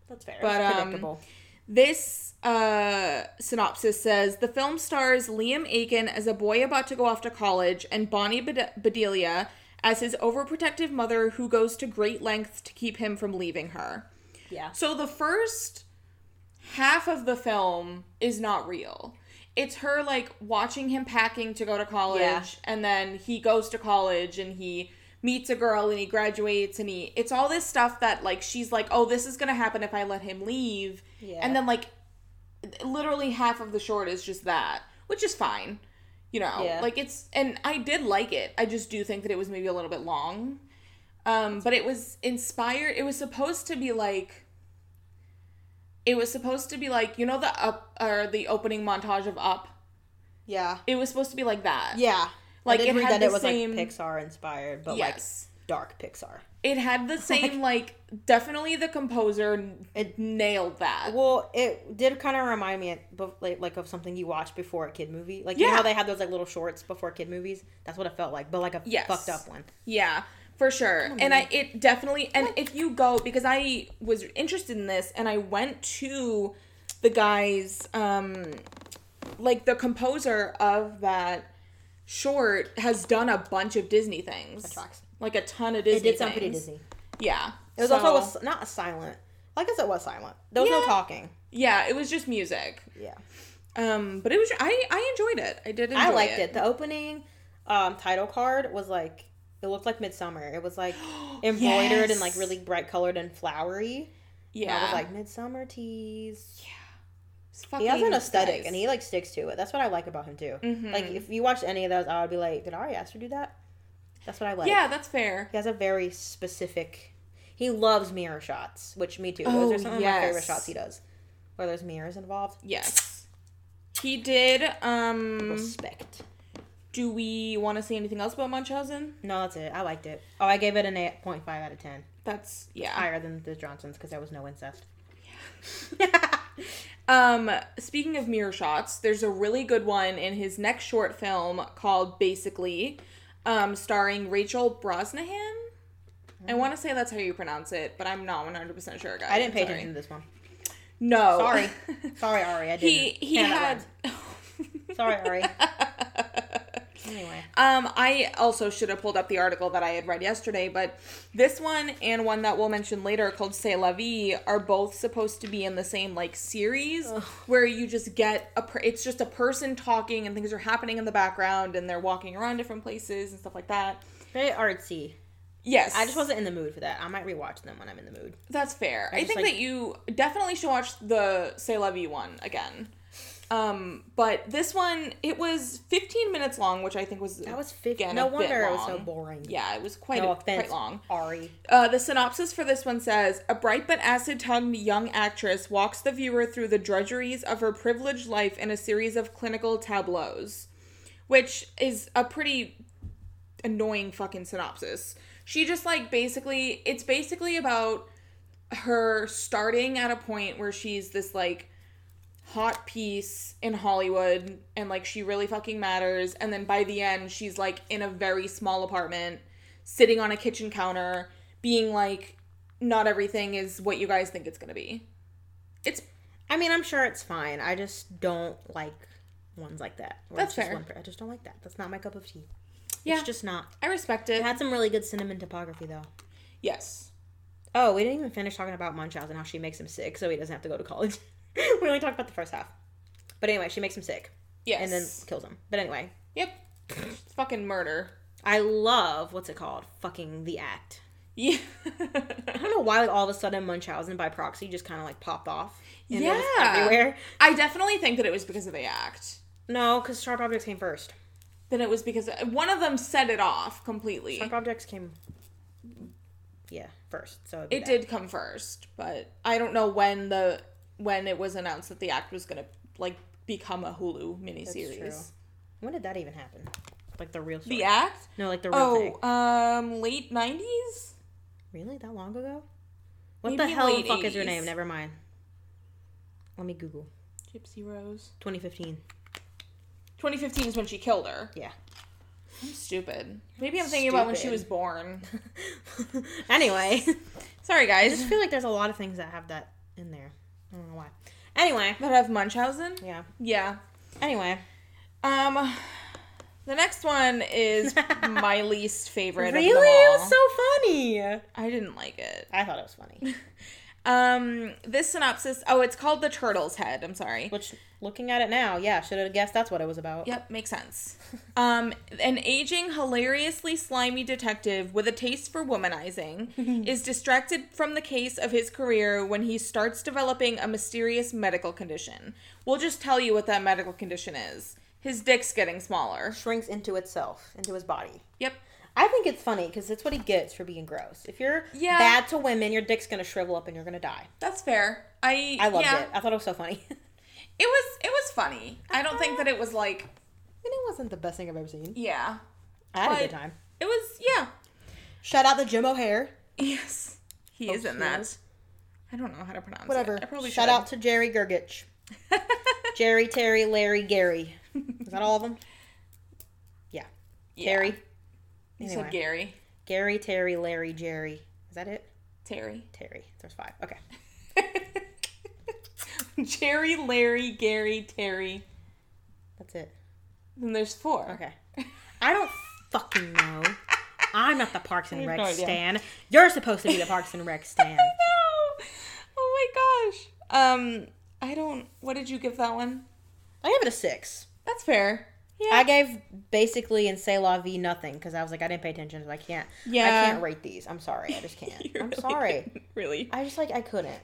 [SPEAKER 3] That's fair.
[SPEAKER 1] But,
[SPEAKER 3] it's
[SPEAKER 1] um,
[SPEAKER 3] predictable.
[SPEAKER 1] This uh, synopsis says the film stars Liam Aiken as a boy about to go off to college and Bonnie Bed- Bedelia as his overprotective mother who goes to great lengths to keep him from leaving her.
[SPEAKER 3] yeah.
[SPEAKER 1] So the first half of the film is not real. It's her like watching him packing to go to college
[SPEAKER 3] Yeah.
[SPEAKER 1] and then he goes to college and he meets a girl and he graduates and he it's all this stuff that like she's like, "Oh, this is going to happen if I let him leave."
[SPEAKER 3] Yeah.
[SPEAKER 1] And then like literally half of the short is just that, which is fine. You know,
[SPEAKER 3] Yeah.
[SPEAKER 1] like it's and I did like it. I just do think that it was maybe a little bit long. Um, but it was inspired. It was supposed to be like. It was supposed to be like you know the up or the opening montage of Up.
[SPEAKER 3] Yeah.
[SPEAKER 1] It was supposed to be like that.
[SPEAKER 3] Yeah.
[SPEAKER 1] Like,
[SPEAKER 3] I did
[SPEAKER 1] it
[SPEAKER 3] read
[SPEAKER 1] had
[SPEAKER 3] that
[SPEAKER 1] the
[SPEAKER 3] it was
[SPEAKER 1] same-
[SPEAKER 3] like Pixar inspired, but
[SPEAKER 1] Yes.
[SPEAKER 3] like dark Pixar.
[SPEAKER 1] It had the same like definitely the composer n-
[SPEAKER 3] It-
[SPEAKER 1] nailed that.
[SPEAKER 3] Well, it did kind of remind me of, like like of something you watch before a kid movie. Like you know
[SPEAKER 1] Yeah.
[SPEAKER 3] how they had those like little shorts before kid movies. That's what it felt like, but like a
[SPEAKER 1] Yes.
[SPEAKER 3] fucked up one.
[SPEAKER 1] Yeah, for sure. And I it definitely and if you go because I was interested in this and I went to the guys um like the composer of that short has done a bunch of Disney things.
[SPEAKER 3] tracks.
[SPEAKER 1] Like a ton of Disney.
[SPEAKER 3] it did sound pretty
[SPEAKER 1] things.
[SPEAKER 3] Disney.
[SPEAKER 1] Yeah.
[SPEAKER 3] It was
[SPEAKER 1] So-
[SPEAKER 3] also a s not a silent. I guess it was silent. There was no
[SPEAKER 1] Yeah.
[SPEAKER 3] talking.
[SPEAKER 1] yeah, it was just music.
[SPEAKER 3] Yeah,
[SPEAKER 1] Um, but it was I I enjoyed it. I did. Enjoy
[SPEAKER 3] I liked it. The opening um, title card was like it looked like Midsummer. It was like embroidered and like
[SPEAKER 1] Yes.
[SPEAKER 3] really bright colored and flowery. Yeah,
[SPEAKER 1] Yeah,
[SPEAKER 3] and I was like Midsummer teas.
[SPEAKER 1] It's fucking
[SPEAKER 3] He has an aesthetic,
[SPEAKER 1] nice.
[SPEAKER 3] and he like sticks to it. That's what I like about him too.
[SPEAKER 1] Mm-hmm.
[SPEAKER 3] Like if you watch any of those, I would be like, did Ari Aster do that? That's what I like.
[SPEAKER 1] yeah, that's fair.
[SPEAKER 3] he has a very specific. He loves mirror shots, which me too. Those
[SPEAKER 1] Oh,
[SPEAKER 3] are some of my favorite
[SPEAKER 1] yes.
[SPEAKER 3] shots he does, where there's mirrors involved.
[SPEAKER 1] Yes, he did. Um,
[SPEAKER 3] Respect.
[SPEAKER 1] Do we want to say anything else about Munchausen?
[SPEAKER 3] No, that's it. I liked it. Oh, I gave it an 8.5 out of 10.
[SPEAKER 1] That's yeah.
[SPEAKER 3] Higher than the Johnsons because there was no incest.
[SPEAKER 1] Um, speaking of mirror shots, there's a really good one in his next short film called Basically, um, starring Rachel Brosnahan. I want to say that's how you pronounce it, but I'm not 100 percent sure, guys.
[SPEAKER 3] I didn't pay
[SPEAKER 1] I'm sorry.
[SPEAKER 3] attention to this one.
[SPEAKER 1] No,
[SPEAKER 3] Sorry. Sorry, Ari. I didn't.
[SPEAKER 1] he he
[SPEAKER 3] Hannah
[SPEAKER 1] had.
[SPEAKER 3] Arendt. Sorry, Ari. Anyway.
[SPEAKER 1] Um, I also should have pulled up the article that I had read yesterday, but this one and one that we'll mention later called C'est la vie are both supposed to be in the same like series where you just get a per- it's just a person talking and things are happening in the background and they're walking around different places and stuff like that.
[SPEAKER 3] Very artsy.
[SPEAKER 1] Yes,
[SPEAKER 3] I just wasn't in the mood for that. I might rewatch them when I'm in the mood.
[SPEAKER 1] That's fair. I,
[SPEAKER 3] just,
[SPEAKER 1] think
[SPEAKER 3] like-
[SPEAKER 1] that you definitely should watch the C'est la vie one again. Um, but this one it was 15 minutes long, which I think was
[SPEAKER 3] That was 50.
[SPEAKER 1] again,
[SPEAKER 3] No
[SPEAKER 1] a bit
[SPEAKER 3] wonder it was so
[SPEAKER 1] long.
[SPEAKER 3] boring.
[SPEAKER 1] Yeah, it was quite
[SPEAKER 3] No
[SPEAKER 1] a,
[SPEAKER 3] offense,
[SPEAKER 1] quite long.
[SPEAKER 3] Ari.
[SPEAKER 1] Uh, the synopsis for this one says A bright but acid tongued young actress walks the viewer through the drudgeries of her privileged life in a series of clinical tableaus, which is a pretty annoying fucking synopsis. She just like basically, it's basically about her starting at a point where she's this like hot piece in Hollywood and like she really fucking matters. And then by the end, she's like in a very small apartment, sitting on a kitchen counter, being like, not everything is what you guys think it's gonna be. It's
[SPEAKER 3] I mean, I'm sure it's fine. I just don't like ones like that. where
[SPEAKER 1] That's
[SPEAKER 3] it's just
[SPEAKER 1] fair.
[SPEAKER 3] one per- I just don't like that. That's not my cup of tea.
[SPEAKER 1] yeah,
[SPEAKER 3] It's just not.
[SPEAKER 1] I respect it.
[SPEAKER 3] It had some really good cinnamon topography though.
[SPEAKER 1] yes,
[SPEAKER 3] Oh, we didn't even finish talking about Munchausen, how she makes him sick, so he doesn't have to go to college. we only talked about the first half. But anyway, she makes him sick
[SPEAKER 1] yes,
[SPEAKER 3] and then kills him. But anyway,
[SPEAKER 1] yep, fucking murder.
[SPEAKER 3] I love what's it called? Fucking the act.
[SPEAKER 1] Yeah,
[SPEAKER 3] I don't know why, like all of a sudden, Munchausen by proxy just kind of like popped off. And it was
[SPEAKER 1] Yeah.
[SPEAKER 3] everywhere.
[SPEAKER 1] I definitely think that it was because of the act.
[SPEAKER 3] No, because sharp objects came first.
[SPEAKER 1] Then it was because one of them set it off completely.
[SPEAKER 3] Sharp objects came. Yeah, first. So it'd be
[SPEAKER 1] It
[SPEAKER 3] that.
[SPEAKER 1] did come first, but I don't know when the when it was announced that the act was gonna like become a Hulu miniseries.
[SPEAKER 3] true. When did that even happen? Like the real story.
[SPEAKER 1] The act?
[SPEAKER 3] No, like the real thing.
[SPEAKER 1] Oh, um, late nineties.
[SPEAKER 3] Really? That long ago? What the
[SPEAKER 1] Maybe
[SPEAKER 3] hell the
[SPEAKER 1] late
[SPEAKER 3] fuck is her
[SPEAKER 1] 80s.
[SPEAKER 3] name? Never mind. Let me Google.
[SPEAKER 1] Gypsy Rose.
[SPEAKER 3] 2015.
[SPEAKER 1] 2015 is when she killed her.
[SPEAKER 3] Yeah.
[SPEAKER 1] I'm stupid. Maybe I'm thinking about when she
[SPEAKER 3] Stupid.
[SPEAKER 1] was born.
[SPEAKER 3] anyway,
[SPEAKER 1] Sorry,
[SPEAKER 3] I just
[SPEAKER 1] guys.
[SPEAKER 3] feel like there's a lot of things that have that in there. I don't know why. Anyway.
[SPEAKER 1] That have Munchausen.
[SPEAKER 3] Yeah.
[SPEAKER 1] Yeah.
[SPEAKER 3] Anyway.
[SPEAKER 1] Um, the next one is my least favorite.
[SPEAKER 3] Really?
[SPEAKER 1] Of them
[SPEAKER 3] It
[SPEAKER 1] all.
[SPEAKER 3] was so funny. I
[SPEAKER 1] I didn't like it.
[SPEAKER 3] thought it was funny.
[SPEAKER 1] Um, this synopsis. Oh, it's called the Turtle's Head. I'm sorry.
[SPEAKER 3] Which, looking at it now, yeah, should have guessed that's what it was about.
[SPEAKER 1] Yep, makes sense. Um, an aging, hilariously slimy detective with a taste for womanizing is distracted from the case of his career when he starts developing a mysterious medical condition. We'll just tell you what that medical condition is. His dick's getting smaller.
[SPEAKER 3] Shrinks into itself, into his body.
[SPEAKER 1] Yep.
[SPEAKER 3] I think it's funny because it's what he gets for being gross. If you're
[SPEAKER 1] Yeah.
[SPEAKER 3] bad to women, your dick's gonna shrivel up and you're gonna die.
[SPEAKER 1] That's fair. I
[SPEAKER 3] I loved
[SPEAKER 1] yeah,
[SPEAKER 3] it. I thought it was so funny. and
[SPEAKER 1] It was it was funny. I don't think that it was like
[SPEAKER 3] it wasn't the best thing I've ever seen.
[SPEAKER 1] yeah.
[SPEAKER 3] I had a good
[SPEAKER 1] But-
[SPEAKER 3] time.
[SPEAKER 1] It was yeah.
[SPEAKER 3] Shout out to Jim O'Hare.
[SPEAKER 1] Yes. He is in
[SPEAKER 3] he
[SPEAKER 1] that.
[SPEAKER 3] is.
[SPEAKER 1] I don't know how to pronounce
[SPEAKER 3] Oh, Whatever.
[SPEAKER 1] it. I probably
[SPEAKER 3] Shout
[SPEAKER 1] should.
[SPEAKER 3] out to Jerry Gergich. Jerry, Terry, Larry, Gary. Is that all of them? Yeah.
[SPEAKER 1] Yeah.
[SPEAKER 3] Terry.
[SPEAKER 1] You
[SPEAKER 3] Anyway.
[SPEAKER 1] said Gary.
[SPEAKER 3] Gary, Terry, Larry, Jerry. Is that it?
[SPEAKER 1] Terry.
[SPEAKER 3] Terry. There's five. Okay.
[SPEAKER 1] Jerry, Larry, Gary, Terry.
[SPEAKER 3] That's it.
[SPEAKER 1] Then there's four.
[SPEAKER 3] Okay. I don't fucking know. I'm not the Parks and Rec
[SPEAKER 1] no idea.
[SPEAKER 3] stan. You're supposed to be the Parks and Rec stan.
[SPEAKER 1] No. Oh my gosh. Um, I don't. What did you give that one?
[SPEAKER 3] I gave it a six.
[SPEAKER 1] That's fair. Yeah.
[SPEAKER 3] I gave basically in say la vie nothing because I was like I didn't pay attention. so I can't. I
[SPEAKER 1] Yeah.
[SPEAKER 3] can't rate these. I'm sorry. I just can't.
[SPEAKER 1] You
[SPEAKER 3] I'm
[SPEAKER 1] really
[SPEAKER 3] sorry.
[SPEAKER 1] didn't Really
[SPEAKER 3] I just like I couldn't.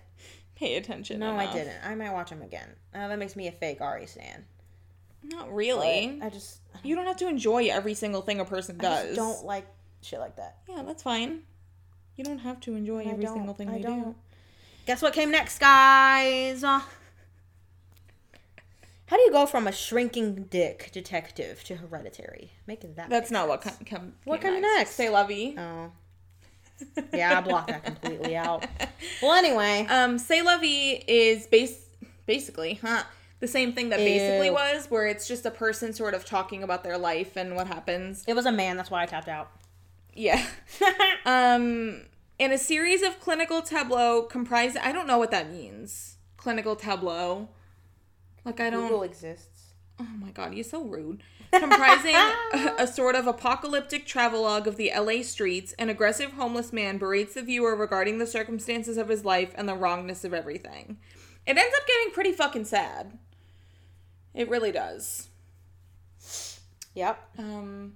[SPEAKER 1] pay attention.
[SPEAKER 3] No, I
[SPEAKER 1] enough.
[SPEAKER 3] didn't. I might watch them again. Uh, that makes me a fake Ari stan.
[SPEAKER 1] Not
[SPEAKER 3] But
[SPEAKER 1] really.
[SPEAKER 3] I just I
[SPEAKER 1] you don't have to enjoy every single thing a person does.
[SPEAKER 3] just don't like shit like that.
[SPEAKER 1] Yeah, that's fine. You don't have to enjoy every
[SPEAKER 3] don't.
[SPEAKER 1] single thing
[SPEAKER 3] I
[SPEAKER 1] they do.
[SPEAKER 3] don't. Guess what came next, guys? Uh, How do you go from a shrinking dick detective to hereditary? Making that.
[SPEAKER 1] That's not what com- com-
[SPEAKER 3] What
[SPEAKER 1] came
[SPEAKER 3] comes next?
[SPEAKER 1] Say lovey.
[SPEAKER 3] Oh. Yeah, I blocked that completely out. Well, anyway.
[SPEAKER 1] Um, Say La Vie is base basically, huh? The same thing that basically
[SPEAKER 3] Ew.
[SPEAKER 1] was, where it's just a person sort of talking about their life and what happens.
[SPEAKER 3] It was a man, that's why I tapped out.
[SPEAKER 1] Yeah. um, and a series of clinical tableau comprised. I don't know what that means. Clinical tableau. Like I don't.
[SPEAKER 3] Google exists.
[SPEAKER 1] oh my god, he's so rude. Comprising a, a sort of apocalyptic travelogue of the LA streets, an aggressive homeless man berates the viewer regarding the circumstances of his life and the wrongness of everything. It ends up getting pretty fucking sad. It really does.
[SPEAKER 3] Yep.
[SPEAKER 1] Um,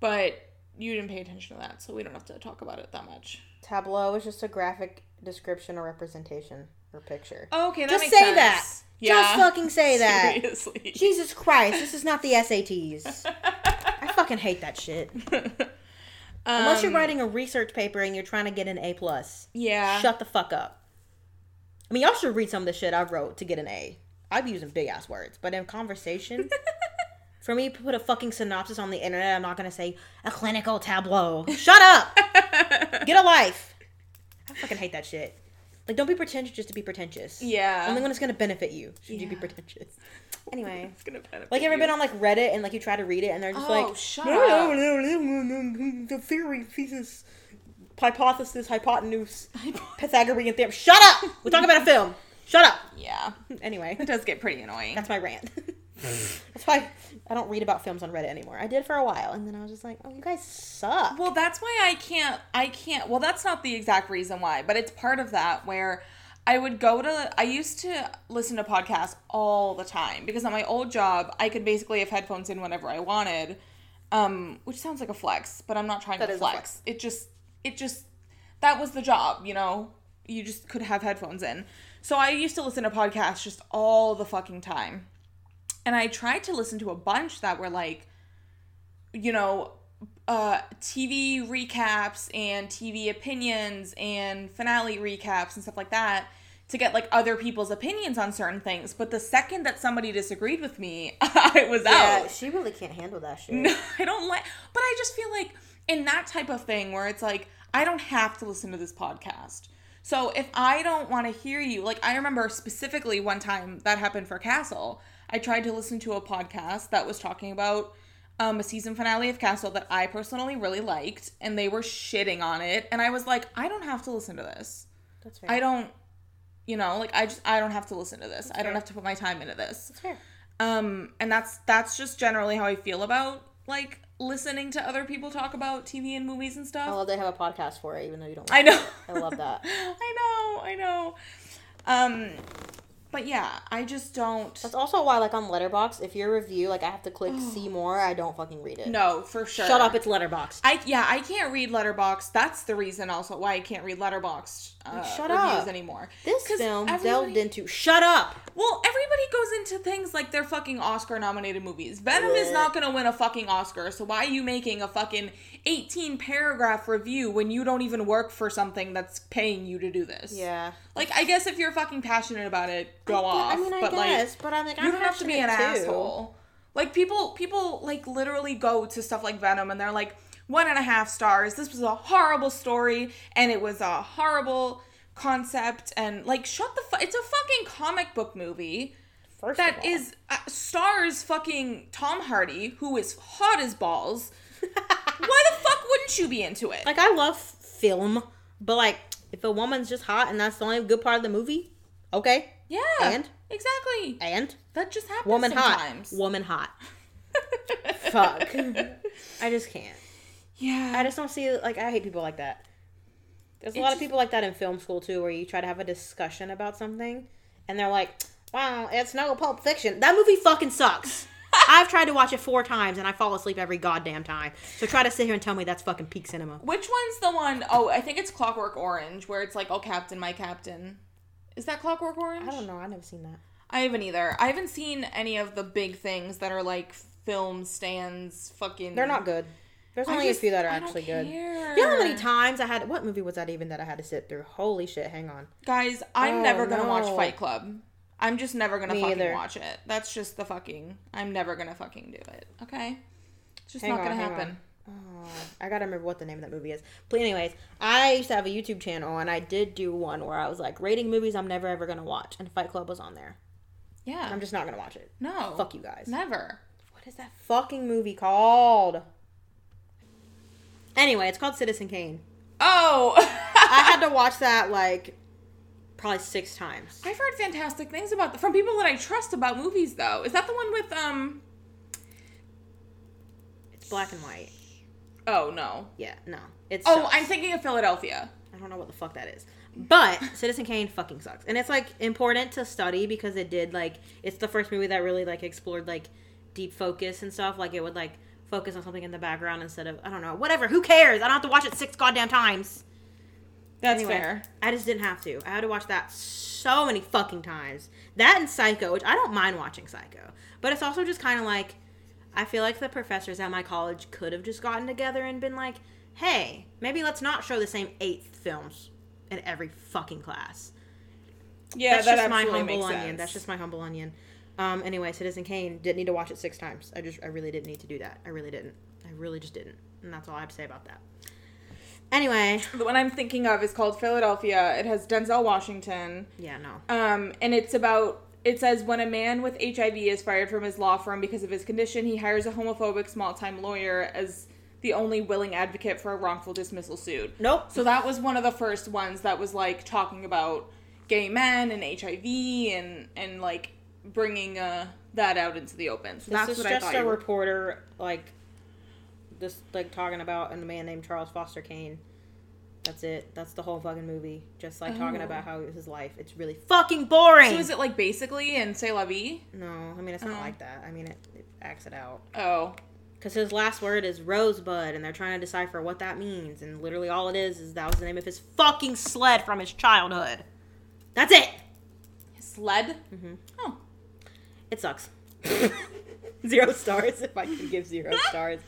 [SPEAKER 1] but you didn't pay attention to that, so we don't have to talk about it that much.
[SPEAKER 3] Tableau is just a graphic description or representation or picture.
[SPEAKER 1] Okay, that
[SPEAKER 3] Just
[SPEAKER 1] makes
[SPEAKER 3] say
[SPEAKER 1] sense.
[SPEAKER 3] that.
[SPEAKER 1] Yeah.
[SPEAKER 3] Just fucking say that.
[SPEAKER 1] Seriously.
[SPEAKER 3] Jesus Christ, this is not the SATs. I fucking hate that shit. Unless
[SPEAKER 1] Um,
[SPEAKER 3] you're writing a research paper and you're trying to get an A plus,
[SPEAKER 1] Yeah.
[SPEAKER 3] shut the fuck up. I mean, y'all should read some of the shit I wrote to get an A. I'd be using big ass words, but in conversation, for me to put a fucking synopsis on the internet, I'm not gonna say a clinical tableau. Shut up. get a life. I fucking hate that shit. Like, don't be pretentious just to be pretentious.
[SPEAKER 1] yeah.
[SPEAKER 3] Only when it's gonna benefit you should you be
[SPEAKER 1] Yeah.
[SPEAKER 3] pretentious. Anyway.
[SPEAKER 1] It's gonna benefit
[SPEAKER 3] Like, you ever
[SPEAKER 1] you.
[SPEAKER 3] been on like Reddit and like you try to read it and they're just
[SPEAKER 1] Oh,
[SPEAKER 3] like,
[SPEAKER 1] shut
[SPEAKER 3] no,
[SPEAKER 1] up.
[SPEAKER 3] no, no, no, no, no, the theory, thesis, hypothesis, hypotenuse, Pythagorean theorem. Shut up! We're talking about a film. Shut up.
[SPEAKER 1] Yeah.
[SPEAKER 3] Anyway,
[SPEAKER 1] It does get pretty annoying.
[SPEAKER 3] that's my rant. that's why I don't read about films on Reddit anymore. I did for a while and then I was just like, oh, you guys suck.
[SPEAKER 1] Well, that's why I can't. I can't. Well, that's not the exact reason why, but it's part of that where I would go to. I used to listen to podcasts all the time because at my old job, I could basically have headphones in whenever I wanted, um, which sounds like a flex, but I'm not trying
[SPEAKER 3] That
[SPEAKER 1] to
[SPEAKER 3] is a flex.
[SPEAKER 1] flex. It just. It just. That was the job, you know? You just could have headphones in. So I used to listen to podcasts just all the fucking time. And I tried to listen to a bunch that were like, you know, uh, TV recaps and TV opinions and finale recaps and stuff like that to get like other people's opinions on certain things. But the second that somebody disagreed with me, I was
[SPEAKER 3] Yeah,
[SPEAKER 1] out.
[SPEAKER 3] she really can't handle that shit.
[SPEAKER 1] I don't like, but I just feel like in that type of thing where it's like, I don't have to listen to this podcast. So if I don't want to hear you, like I remember specifically one time that happened for Castle, I tried to listen to a podcast that was talking about um, a season finale of Castle that I personally really liked, and they were shitting on it. And I was like, I don't have to listen to this.
[SPEAKER 3] That's fair.
[SPEAKER 1] I don't, you know, like I just, I don't have to listen to this. I don't have to put my time into this
[SPEAKER 3] That's fair.
[SPEAKER 1] um and that's that's just generally how i feel about like listening to other people talk about tv and movies and
[SPEAKER 3] I
[SPEAKER 1] stuff
[SPEAKER 3] love they have a podcast for it, even though you don't.
[SPEAKER 1] i know
[SPEAKER 3] Oh, I love that.
[SPEAKER 1] i know i know um but yeah i just don't
[SPEAKER 3] That's also why, like on Letterbox, if your review, like I have to click see more, I don't fucking read it.
[SPEAKER 1] no for sure
[SPEAKER 3] Oh. Shut up, it's Letterbox.
[SPEAKER 1] i yeah i can't read letterbox that's the reason also why i can't read letterbox uh,
[SPEAKER 3] shut
[SPEAKER 1] reviews
[SPEAKER 3] up.
[SPEAKER 1] anymore
[SPEAKER 3] This
[SPEAKER 1] 'Cause
[SPEAKER 3] film
[SPEAKER 1] everybody-
[SPEAKER 3] delved into shut up.
[SPEAKER 1] Well, everybody goes into things like they're fucking Oscar nominated movies. Venom is not gonna win a fucking Oscar, so why are you making a fucking 18 paragraph review when you don't even work for something that's paying you to do this?
[SPEAKER 3] Yeah.
[SPEAKER 1] Like, I guess if you're fucking passionate about it, go off.
[SPEAKER 3] I mean, I
[SPEAKER 1] but
[SPEAKER 3] guess, but I'm like,
[SPEAKER 1] like,
[SPEAKER 3] I'm
[SPEAKER 1] you don't have to be an
[SPEAKER 3] passionate, too.
[SPEAKER 1] asshole. Like, people, people, like, literally go to stuff like Venom and they're like, one and a half stars. This was a horrible story and it was a horrible concept and, like, shut the fuck. It's a fucking comic book movie.
[SPEAKER 3] First
[SPEAKER 1] That is uh, stars fucking Tom Hardy, who is hot as balls. Why the fuck wouldn't you be into it?
[SPEAKER 3] like I love film, but like if a woman's just hot and that's the only good part of the movie, okay.
[SPEAKER 1] yeah,
[SPEAKER 3] and?
[SPEAKER 1] exactly.
[SPEAKER 3] And
[SPEAKER 1] That just happens
[SPEAKER 3] woman
[SPEAKER 1] sometimes.
[SPEAKER 3] hot, woman hot. Fuck. I just can't. I
[SPEAKER 1] Yeah,
[SPEAKER 3] just don't see like I hate people like that. There's a
[SPEAKER 1] It
[SPEAKER 3] lot of
[SPEAKER 1] just-
[SPEAKER 3] people like that in film school too, where you try to have a discussion about something, and they're like, "Wow, it's no Pulp Fiction. That movie fucking sucks." I've tried to watch it four times and I fall asleep every goddamn time. So try to sit here and tell me that's fucking peak cinema.
[SPEAKER 1] which one's the one oh I think it's Clockwork Orange, where it's like, oh, Captain, my Captain. Is that Clockwork Orange?
[SPEAKER 3] I don't know. I've never seen that.
[SPEAKER 1] I haven't either. I haven't seen any of the big things that are like film stands. Fucking,
[SPEAKER 3] They're not good. There's
[SPEAKER 1] I
[SPEAKER 3] only
[SPEAKER 1] just-
[SPEAKER 3] a few that are
[SPEAKER 1] I don't
[SPEAKER 3] actually good.
[SPEAKER 1] care.
[SPEAKER 3] You know how many times I had? What movie was that even that I had to sit through? Holy shit! Hang on.
[SPEAKER 1] Guys, I'm
[SPEAKER 3] Oh,
[SPEAKER 1] never gonna watch
[SPEAKER 3] no.
[SPEAKER 1] Fight Club. I'm just never gonna
[SPEAKER 3] Me
[SPEAKER 1] fucking
[SPEAKER 3] either.
[SPEAKER 1] watch it. That's just the fucking. I'm never gonna fucking do it. Okay, it's just
[SPEAKER 3] Hang
[SPEAKER 1] not
[SPEAKER 3] on,
[SPEAKER 1] gonna
[SPEAKER 3] hang
[SPEAKER 1] happen.
[SPEAKER 3] on. Oh, I gotta remember what the name of that movie is. But anyways, I used to have a YouTube channel, and I did do one where I was like rating movies I'm never ever gonna watch, and Fight Club was on there.
[SPEAKER 1] Yeah,
[SPEAKER 3] I'm just not gonna watch it.
[SPEAKER 1] no.
[SPEAKER 3] Fuck you guys.
[SPEAKER 1] Never.
[SPEAKER 3] What is that fucking movie called? Anyway, it's called Citizen Kane.
[SPEAKER 1] Oh,
[SPEAKER 3] I had to watch that like
[SPEAKER 4] probably six times.
[SPEAKER 1] I've heard fantastic things about from people that I trust about movies though. Is that the one with um
[SPEAKER 4] It's black and white.
[SPEAKER 1] oh no.
[SPEAKER 4] Yeah, no, it's
[SPEAKER 1] Oh, I'm thinking of Philadelphia.
[SPEAKER 4] I don't know what the fuck that is. But Citizen Kane fucking sucks. And it's like important to study because it did like it's the first movie that really like explored like deep focus and stuff. Like it would like focus on something in the background instead of I don't know, whatever, who cares? I don't have to watch it six goddamn times.
[SPEAKER 1] That's
[SPEAKER 4] Anyway,
[SPEAKER 1] fair.
[SPEAKER 4] I just didn't have to. I had to watch that so many fucking times. That and Psycho, which I don't mind watching Psycho. But it's also just kind of like I feel like the professors at my college could have just gotten together and been like, "Hey, maybe let's not show the same eight films in every fucking class."
[SPEAKER 1] Yeah,
[SPEAKER 4] That's
[SPEAKER 1] that
[SPEAKER 4] just my
[SPEAKER 1] absolutely
[SPEAKER 4] humble
[SPEAKER 1] makes
[SPEAKER 4] onion.
[SPEAKER 1] sense.
[SPEAKER 4] That's just my humble onion. Um, anyway, Citizen Kane didn't need to watch it six times. I just, I really didn't need to do that. I really didn't. I really just didn't. And that's all I have to say about that. Anyway,
[SPEAKER 1] the one I'm thinking of is called Philadelphia. It has Denzel Washington.
[SPEAKER 4] yeah, no.
[SPEAKER 1] Um, and it's about it says when a man with HIV is fired from his law firm because of his condition, he hires a homophobic small time lawyer as the only willing advocate for a wrongful dismissal suit.
[SPEAKER 4] Nope.
[SPEAKER 1] So that was one of the first ones that was like talking about gay men and HIV and and like bringing uh, that out into the open. So that's
[SPEAKER 3] this is
[SPEAKER 1] what I
[SPEAKER 3] just
[SPEAKER 1] thought.
[SPEAKER 3] a
[SPEAKER 1] you were-
[SPEAKER 3] reporter, like, just like talking about a man named Charles Foster Kane. That's it. That's the whole fucking movie. Just like talking
[SPEAKER 1] Oh.
[SPEAKER 3] about how it was his life. It's really
[SPEAKER 4] Fucking boring.
[SPEAKER 1] so is it like basically in C'est La Vie?
[SPEAKER 3] no. I mean, it's not
[SPEAKER 1] Oh.
[SPEAKER 3] like that. I mean, it, it acts it out.
[SPEAKER 1] Oh,
[SPEAKER 3] Because his last word is rosebud, and they're trying to decipher what that means. And literally, all it is is that was the name of his fucking sled from his childhood.
[SPEAKER 4] That's it.
[SPEAKER 1] sled.
[SPEAKER 3] Mm-hmm.
[SPEAKER 1] Oh,
[SPEAKER 4] It sucks.
[SPEAKER 3] zero stars if I could give zero stars.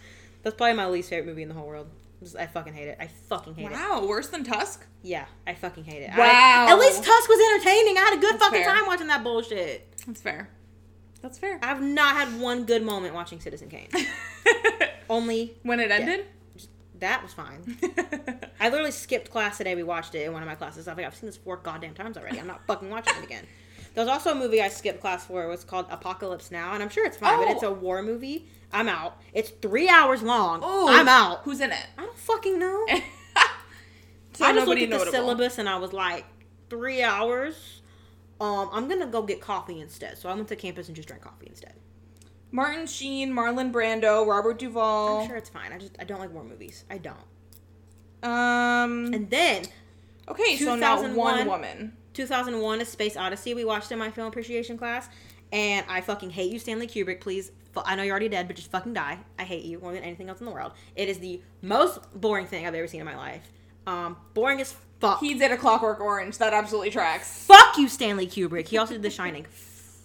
[SPEAKER 3] That's probably my least favorite movie in the whole world. Just- I fucking hate it. I fucking hate it.
[SPEAKER 1] wow, worse than Tusk.
[SPEAKER 3] Yeah, I fucking hate it. I-
[SPEAKER 1] Wow.
[SPEAKER 4] At least Tusk was entertaining. I had a good
[SPEAKER 1] That's
[SPEAKER 4] fucking
[SPEAKER 1] fair.
[SPEAKER 4] time watching that bullshit.
[SPEAKER 1] That's fair. That's fair.
[SPEAKER 3] I've not had one good moment watching Citizen Kane.
[SPEAKER 4] Only
[SPEAKER 1] when it ended?
[SPEAKER 3] That was fine. I literally skipped class today. We watched it in one of my classes. I was like, I've seen this four goddamn times already. I'm not fucking watching it again. There was also a movie I skipped class for. It was called Apocalypse Now, and I'm sure it's fine, but
[SPEAKER 1] Oh.
[SPEAKER 3] it's a war movie. I'm out. It's three hours long.
[SPEAKER 1] Ooh.
[SPEAKER 3] I'm out.
[SPEAKER 1] Oh. Who's in it?
[SPEAKER 3] I don't fucking know.
[SPEAKER 1] so
[SPEAKER 3] I just looked
[SPEAKER 1] nobody
[SPEAKER 3] at the
[SPEAKER 1] notable.
[SPEAKER 3] syllabus and I was like, three hours. Um, I'm gonna go get coffee instead. So I went to campus and just drank coffee instead.
[SPEAKER 1] Martin Sheen, Marlon Brando, Robert Duvall.
[SPEAKER 3] I'm sure it's fine. I just I don't like war movies. I don't.
[SPEAKER 1] Um.
[SPEAKER 3] And then
[SPEAKER 1] Okay, so now one
[SPEAKER 3] 2001.
[SPEAKER 1] woman.
[SPEAKER 3] 2001: A Space Odyssey. We watched in my film appreciation class, and I fucking hate you, Stanley Kubrick. Please, fu- I know you're already dead, but just fucking die. I hate you more than anything else in the world. It is the most boring thing I've ever seen in my life. Um, boring as fuck.
[SPEAKER 1] He did a Clockwork Orange. That absolutely tracks.
[SPEAKER 3] Fuck you, Stanley Kubrick. He also did The Shining.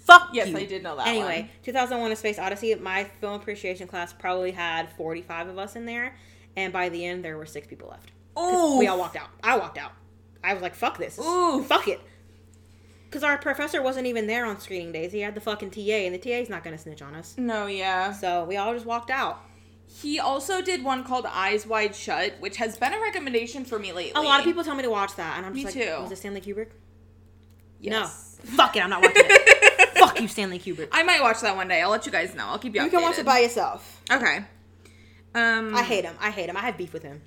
[SPEAKER 3] Fuck
[SPEAKER 1] Yes,
[SPEAKER 3] you.
[SPEAKER 1] I did know that
[SPEAKER 3] Anyway,
[SPEAKER 1] one.
[SPEAKER 3] 2001: A Space Odyssey. My film appreciation class probably had 45 of us in there, and by the end, there were six people left. 'Cause
[SPEAKER 1] Oh,
[SPEAKER 3] we all walked out. I walked out. I was like, "Fuck this!
[SPEAKER 1] Ooh.
[SPEAKER 3] Fuck it!" Because our professor wasn't even there on screening days. He had the fucking TA, and the TA's not gonna snitch on us.
[SPEAKER 1] No, yeah.
[SPEAKER 3] So we all just walked out.
[SPEAKER 1] He also did one called Eyes Wide Shut, which has been a recommendation for me lately.
[SPEAKER 3] A lot of people tell me to watch that, and I'm just
[SPEAKER 1] Me
[SPEAKER 3] like,
[SPEAKER 1] too.
[SPEAKER 3] "Was it Stanley Kubrick?"
[SPEAKER 1] Yes.
[SPEAKER 3] No. Fuck it! I'm not watching it. Fuck you, Stanley Kubrick.
[SPEAKER 1] I might watch that one day. I'll let you guys know. I'll keep you updated.
[SPEAKER 3] You can watch it by yourself.
[SPEAKER 1] Okay. Um.
[SPEAKER 3] I hate him. I hate him. I have beef with him.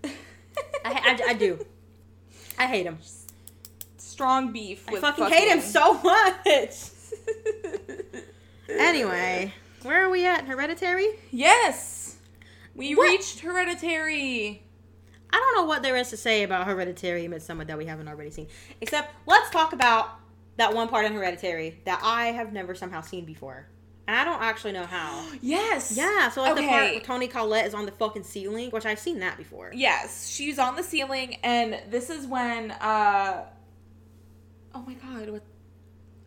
[SPEAKER 3] I, ha- I, I do. I hate him.
[SPEAKER 1] strong beef.
[SPEAKER 3] I
[SPEAKER 1] With
[SPEAKER 3] fucking, hate him so much.
[SPEAKER 4] Anyway, where are we at? Hereditary?
[SPEAKER 1] Yes. We reached Hereditary.
[SPEAKER 4] I don't know what there is to say about Hereditary and Midsummer that we haven't already seen. Except, let's talk about
[SPEAKER 3] That one part in Hereditary that I have never somehow seen before, and I don't actually know how.
[SPEAKER 1] Yes.
[SPEAKER 3] Yeah, so like the part
[SPEAKER 1] Okay.
[SPEAKER 3] where Tony Collette is on the fucking ceiling, which I've seen that before.
[SPEAKER 1] Yes, she's on the ceiling, and this is when. uh Oh my god! What?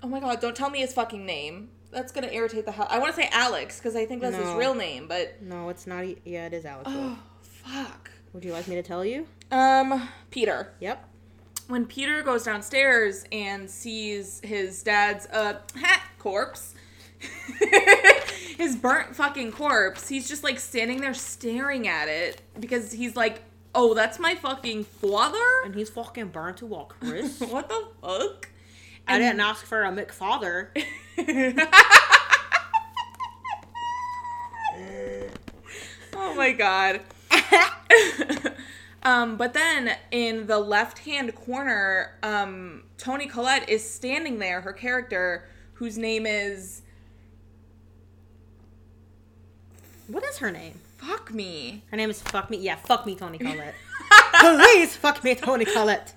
[SPEAKER 1] Oh my god! Don't tell me his fucking name. That's gonna irritate the hell. I want to say Alex because I think that's his
[SPEAKER 3] No.
[SPEAKER 1] real name, but
[SPEAKER 3] No, it's not. e- Yeah, it is Alex. Wolff.
[SPEAKER 1] oh fuck.
[SPEAKER 3] Would you like me to tell you?
[SPEAKER 1] Um, Peter.
[SPEAKER 3] Yep.
[SPEAKER 1] When Peter goes downstairs and sees his dad's uh ha, corpse. his burnt fucking corpse. He's just like standing there staring at it because he's like, "Oh, that's my fucking father."
[SPEAKER 3] And he's fucking burned to walk, Chris.
[SPEAKER 1] what the fuck?
[SPEAKER 3] I didn't ask for a McFather.
[SPEAKER 1] oh my god. Um, but then in the left hand corner, um, Tony Collette is standing there, her character, whose name is
[SPEAKER 3] What is her name?
[SPEAKER 1] Fuck Me.
[SPEAKER 3] Her name is Fuck Me. Yeah, Fuck Me, Tony Collette. Please, Fuck Me, Tony Collette.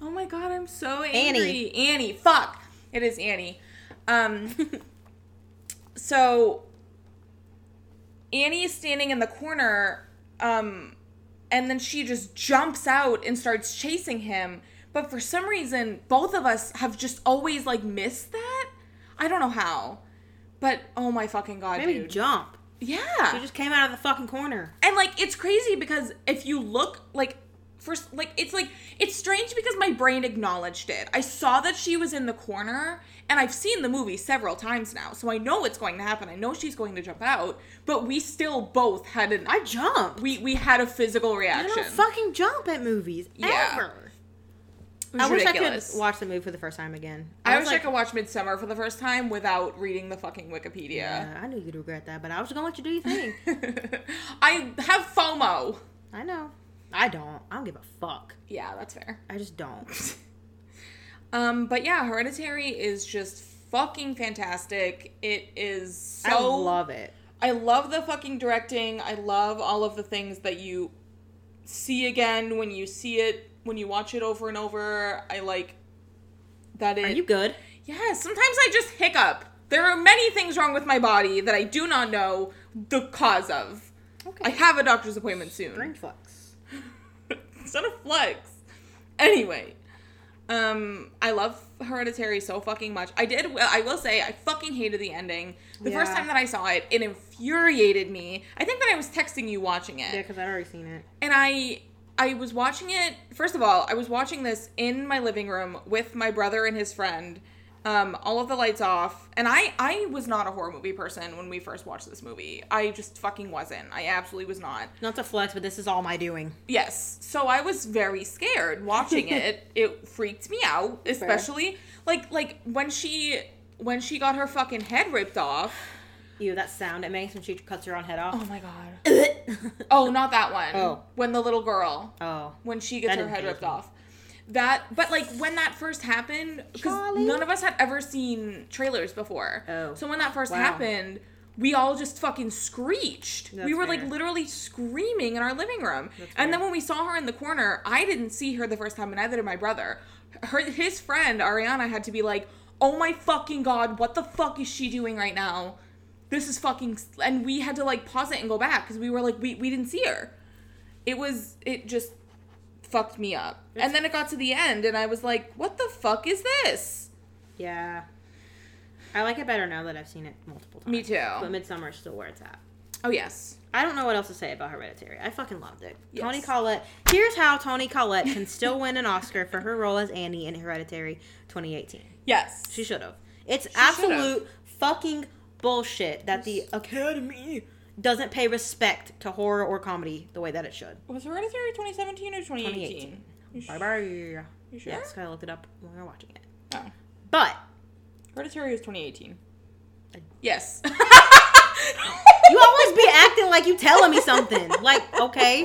[SPEAKER 1] Oh my god, I'm so
[SPEAKER 3] Annie.
[SPEAKER 1] angry. Annie. Annie, fuck. It is Annie. Um so Annie is standing in the corner um and then she just jumps out and starts chasing him, but for some reason both of us have just always like missed that. I don't know how. But oh my fucking god,
[SPEAKER 3] Maybe
[SPEAKER 1] dude.
[SPEAKER 3] jump.
[SPEAKER 1] yeah.
[SPEAKER 3] She just came out of the fucking corner.
[SPEAKER 1] And like it's crazy because if you look like first like it's like it's strange because my brain acknowledged it. I saw that she was in the corner and I've seen the movie several times now. So I know what's going to happen. I know she's going to jump out, but we still both had an
[SPEAKER 3] I jumped.
[SPEAKER 1] we we had a physical
[SPEAKER 3] I
[SPEAKER 1] reaction.
[SPEAKER 3] don't fucking jump at movies
[SPEAKER 1] Yeah.
[SPEAKER 3] ever.
[SPEAKER 1] It was
[SPEAKER 3] I wish
[SPEAKER 1] ridiculous.
[SPEAKER 3] I could watch the movie for the first time again.
[SPEAKER 1] I
[SPEAKER 3] was
[SPEAKER 1] wish
[SPEAKER 3] like,
[SPEAKER 1] I could watch Midsummer for the first time without reading the fucking Wikipedia.
[SPEAKER 3] "Yeah, I knew you'd regret that, but I was gonna let you do your thing.
[SPEAKER 1] I have FOMO.
[SPEAKER 3] I know. I don't. I don't give a fuck.
[SPEAKER 1] Yeah, that's fair.
[SPEAKER 3] I just don't.
[SPEAKER 1] Um, but yeah, Hereditary is just fucking fantastic. It is so
[SPEAKER 3] I love it.
[SPEAKER 1] I love the fucking directing. I love all of the things that you see again when you see it, when you watch it over and over. I like that it
[SPEAKER 3] Are you good?
[SPEAKER 1] Yeah, sometimes I just hiccup. There are many things wrong with my body that I do not know the cause of.
[SPEAKER 3] Okay.
[SPEAKER 1] I have a doctor's appointment soon
[SPEAKER 3] Brain flux.
[SPEAKER 1] it's not a flex. Anyway, um, I love Hereditary so fucking much. I did. I will say, I fucking hated the ending. The first
[SPEAKER 3] Yeah.
[SPEAKER 1] time that I saw it, it infuriated me. I think that I was texting you watching it,
[SPEAKER 3] Yeah, because I'd already seen it.
[SPEAKER 1] and I. I was watching it. First of all, I was watching this in my living room with my brother and his friend. Um, all of the lights off, and I I was not a horror movie person when we first watched this movie. I just fucking wasn't. I absolutely was not.
[SPEAKER 3] Not to flex, but this is all my doing.
[SPEAKER 1] Yes. So I was very scared watching it. it freaked me out, especially like like when she when she got her fucking head ripped off.
[SPEAKER 3] Ew, that sound it makes when she cuts her own head off.
[SPEAKER 1] Oh my god. oh, not that one.
[SPEAKER 3] Oh.
[SPEAKER 1] When the little girl
[SPEAKER 3] Oh.
[SPEAKER 1] when she gets
[SPEAKER 3] That
[SPEAKER 1] her head
[SPEAKER 3] didn't
[SPEAKER 1] ripped
[SPEAKER 3] phase me.
[SPEAKER 1] off. That but like when that first happened cuz
[SPEAKER 3] Charlie?
[SPEAKER 1] none of us had ever seen trailers before.
[SPEAKER 3] Oh.
[SPEAKER 1] So when that first
[SPEAKER 3] Wow.
[SPEAKER 1] happened, we all just fucking screeched.
[SPEAKER 3] That's
[SPEAKER 1] we were like
[SPEAKER 3] fair.
[SPEAKER 1] literally screaming in our living room. and then when we saw her in the corner, I didn't see her the first time, and neither did my brother. Her his friend Ariana had to be like, "Oh my fucking god, what the fuck is she doing right now? This is fucking." s-" And we had to like pause it and go back because we were like, "We we didn't see her." It was it just fucked me up. and then it got to the end, and I was like, "What the fuck is this?"
[SPEAKER 3] Yeah. I like it better now that I've seen it multiple times.
[SPEAKER 1] Me too.
[SPEAKER 3] But Midsummer is still where it's at.
[SPEAKER 1] Oh yes.
[SPEAKER 3] I don't know what else to say about Hereditary. I fucking loved it.
[SPEAKER 1] Yes.
[SPEAKER 3] Tony Collette. Here's how Tony Collette can still win an Oscar for her role as Annie in Hereditary 2018.
[SPEAKER 1] Yes.
[SPEAKER 3] She should have. It's absolute fucking bullshit that the Academy doesn't pay respect to horror or comedy the way that it should.
[SPEAKER 1] Was Hereditary 2017 or 2018?
[SPEAKER 3] 2018. Bye bye. You
[SPEAKER 1] sure?
[SPEAKER 3] Yes, 'cause I looked it up when we were watching it.
[SPEAKER 1] Oh.
[SPEAKER 3] But
[SPEAKER 1] Hereditary was 2018. Yes.
[SPEAKER 3] you always be acting like you telling me something. Like, okay,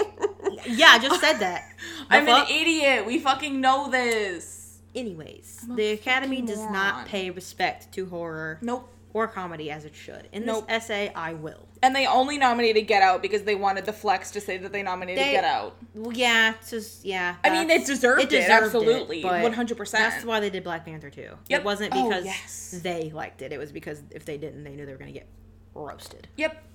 [SPEAKER 3] yeah, I just said that. The
[SPEAKER 1] I'm
[SPEAKER 3] fuck?
[SPEAKER 1] an idiot. We fucking know this.
[SPEAKER 3] Anyways,
[SPEAKER 1] a
[SPEAKER 3] the Academy
[SPEAKER 1] fucking
[SPEAKER 3] does
[SPEAKER 1] moron.
[SPEAKER 3] not pay respect to horror
[SPEAKER 1] Nope.
[SPEAKER 3] or comedy as it should. In
[SPEAKER 1] Nope.
[SPEAKER 3] this essay, I will.
[SPEAKER 1] And they only nominated Get Out because they wanted the flex to say that they nominated
[SPEAKER 3] They-
[SPEAKER 1] Get Out.
[SPEAKER 3] Well, yeah, it's just yeah.
[SPEAKER 1] I mean, it
[SPEAKER 3] that's-
[SPEAKER 1] deserved it.
[SPEAKER 3] deserved
[SPEAKER 1] absolutely.
[SPEAKER 3] but
[SPEAKER 1] 100%.
[SPEAKER 3] That's why they did Black Panther too.
[SPEAKER 1] Yep.
[SPEAKER 3] It wasn't
[SPEAKER 1] Oh,
[SPEAKER 3] because
[SPEAKER 1] yes.
[SPEAKER 3] they liked it. It was because if they didn't, they knew they were gonna get roasted.
[SPEAKER 1] Yep.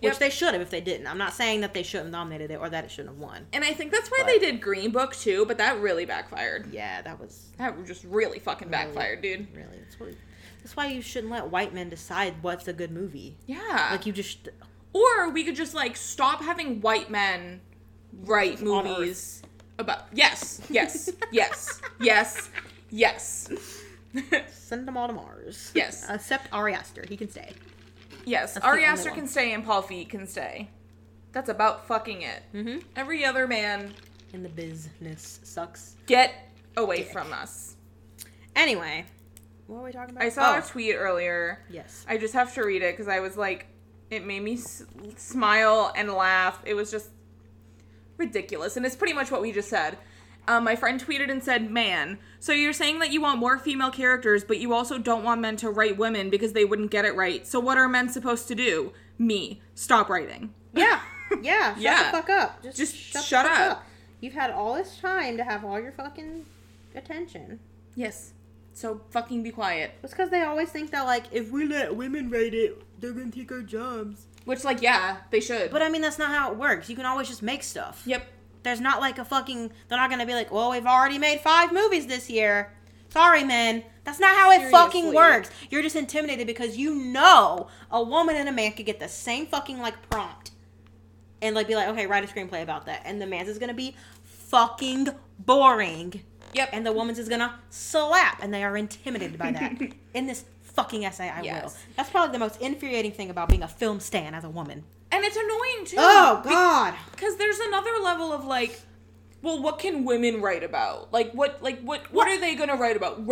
[SPEAKER 3] Which
[SPEAKER 1] Yep.
[SPEAKER 3] they should have if they didn't. I'm not saying that they shouldn't have nominated it or that it shouldn't have won.
[SPEAKER 1] And I think that's why they did Green Book too, but that really backfired.
[SPEAKER 3] Yeah, that was
[SPEAKER 1] That just really fucking backfired, dude.
[SPEAKER 3] really. That's, what, that's why you shouldn't let white men decide what's a good movie.
[SPEAKER 1] Yeah.
[SPEAKER 3] Like you just
[SPEAKER 1] Or we could just like stop having white men write
[SPEAKER 3] On Earth.
[SPEAKER 1] movies about yes, yes, yes, yes, yes,
[SPEAKER 3] send them all to Mars.
[SPEAKER 1] Yes.
[SPEAKER 3] Except Ari Aster, he can stay.
[SPEAKER 1] yes.
[SPEAKER 3] the
[SPEAKER 1] Ari
[SPEAKER 3] only
[SPEAKER 1] Aster
[SPEAKER 3] one.
[SPEAKER 1] can stay and Paul Feig can stay. That's about fucking it.
[SPEAKER 3] Mhm.
[SPEAKER 1] Every other man,
[SPEAKER 3] And the business sucks.
[SPEAKER 1] get away from us.
[SPEAKER 3] Anyway, what were we talking about?
[SPEAKER 1] I saw
[SPEAKER 3] Oh,
[SPEAKER 1] a tweet earlier.
[SPEAKER 3] Yes.
[SPEAKER 1] I just have to read it because I was like, it made me s- smile and laugh. It was just ridiculous. And it's pretty much what we just said. Um, my friend tweeted and said, "Man, so you're saying that you want more female characters, but you also don't want men to write women because they wouldn't get it right. So what are men supposed to do? Me, stop writing."
[SPEAKER 4] Yeah, yeah. Shut
[SPEAKER 1] Yeah.
[SPEAKER 4] the fuck up. Just,
[SPEAKER 1] Just
[SPEAKER 4] shut,
[SPEAKER 1] shut
[SPEAKER 4] the fuck
[SPEAKER 1] up.
[SPEAKER 4] up. You've had all this time to have all your fucking attention.
[SPEAKER 1] Yes. So fucking be quiet.
[SPEAKER 4] It's because they always think that like if we let women write it, they're gonna take our jobs.
[SPEAKER 1] Which, like, yeah, they should.
[SPEAKER 3] But I mean, that's not how it works. You can always just make stuff.
[SPEAKER 1] yep.
[SPEAKER 3] There's not like a fucking. They're not gonna be like, well, we've already made five movies this year. Sorry, men. That's not how it fucking
[SPEAKER 4] Seriously.
[SPEAKER 3] works. You're just intimidated because you know a woman and a man could get the same fucking like prompt, and like be like, okay, write a screenplay about that, and the man's is gonna be fucking boring,
[SPEAKER 1] Yep.
[SPEAKER 3] and the woman's is gonna slap, and they are intimidated by that. In this fucking essay, I will.
[SPEAKER 1] Yes.
[SPEAKER 3] That's probably the most infuriating thing about being a film stan as a woman.
[SPEAKER 1] and it's annoying too.
[SPEAKER 4] Oh God.
[SPEAKER 1] because there's another level of like well what can women write about like what like what what, are they gonna write about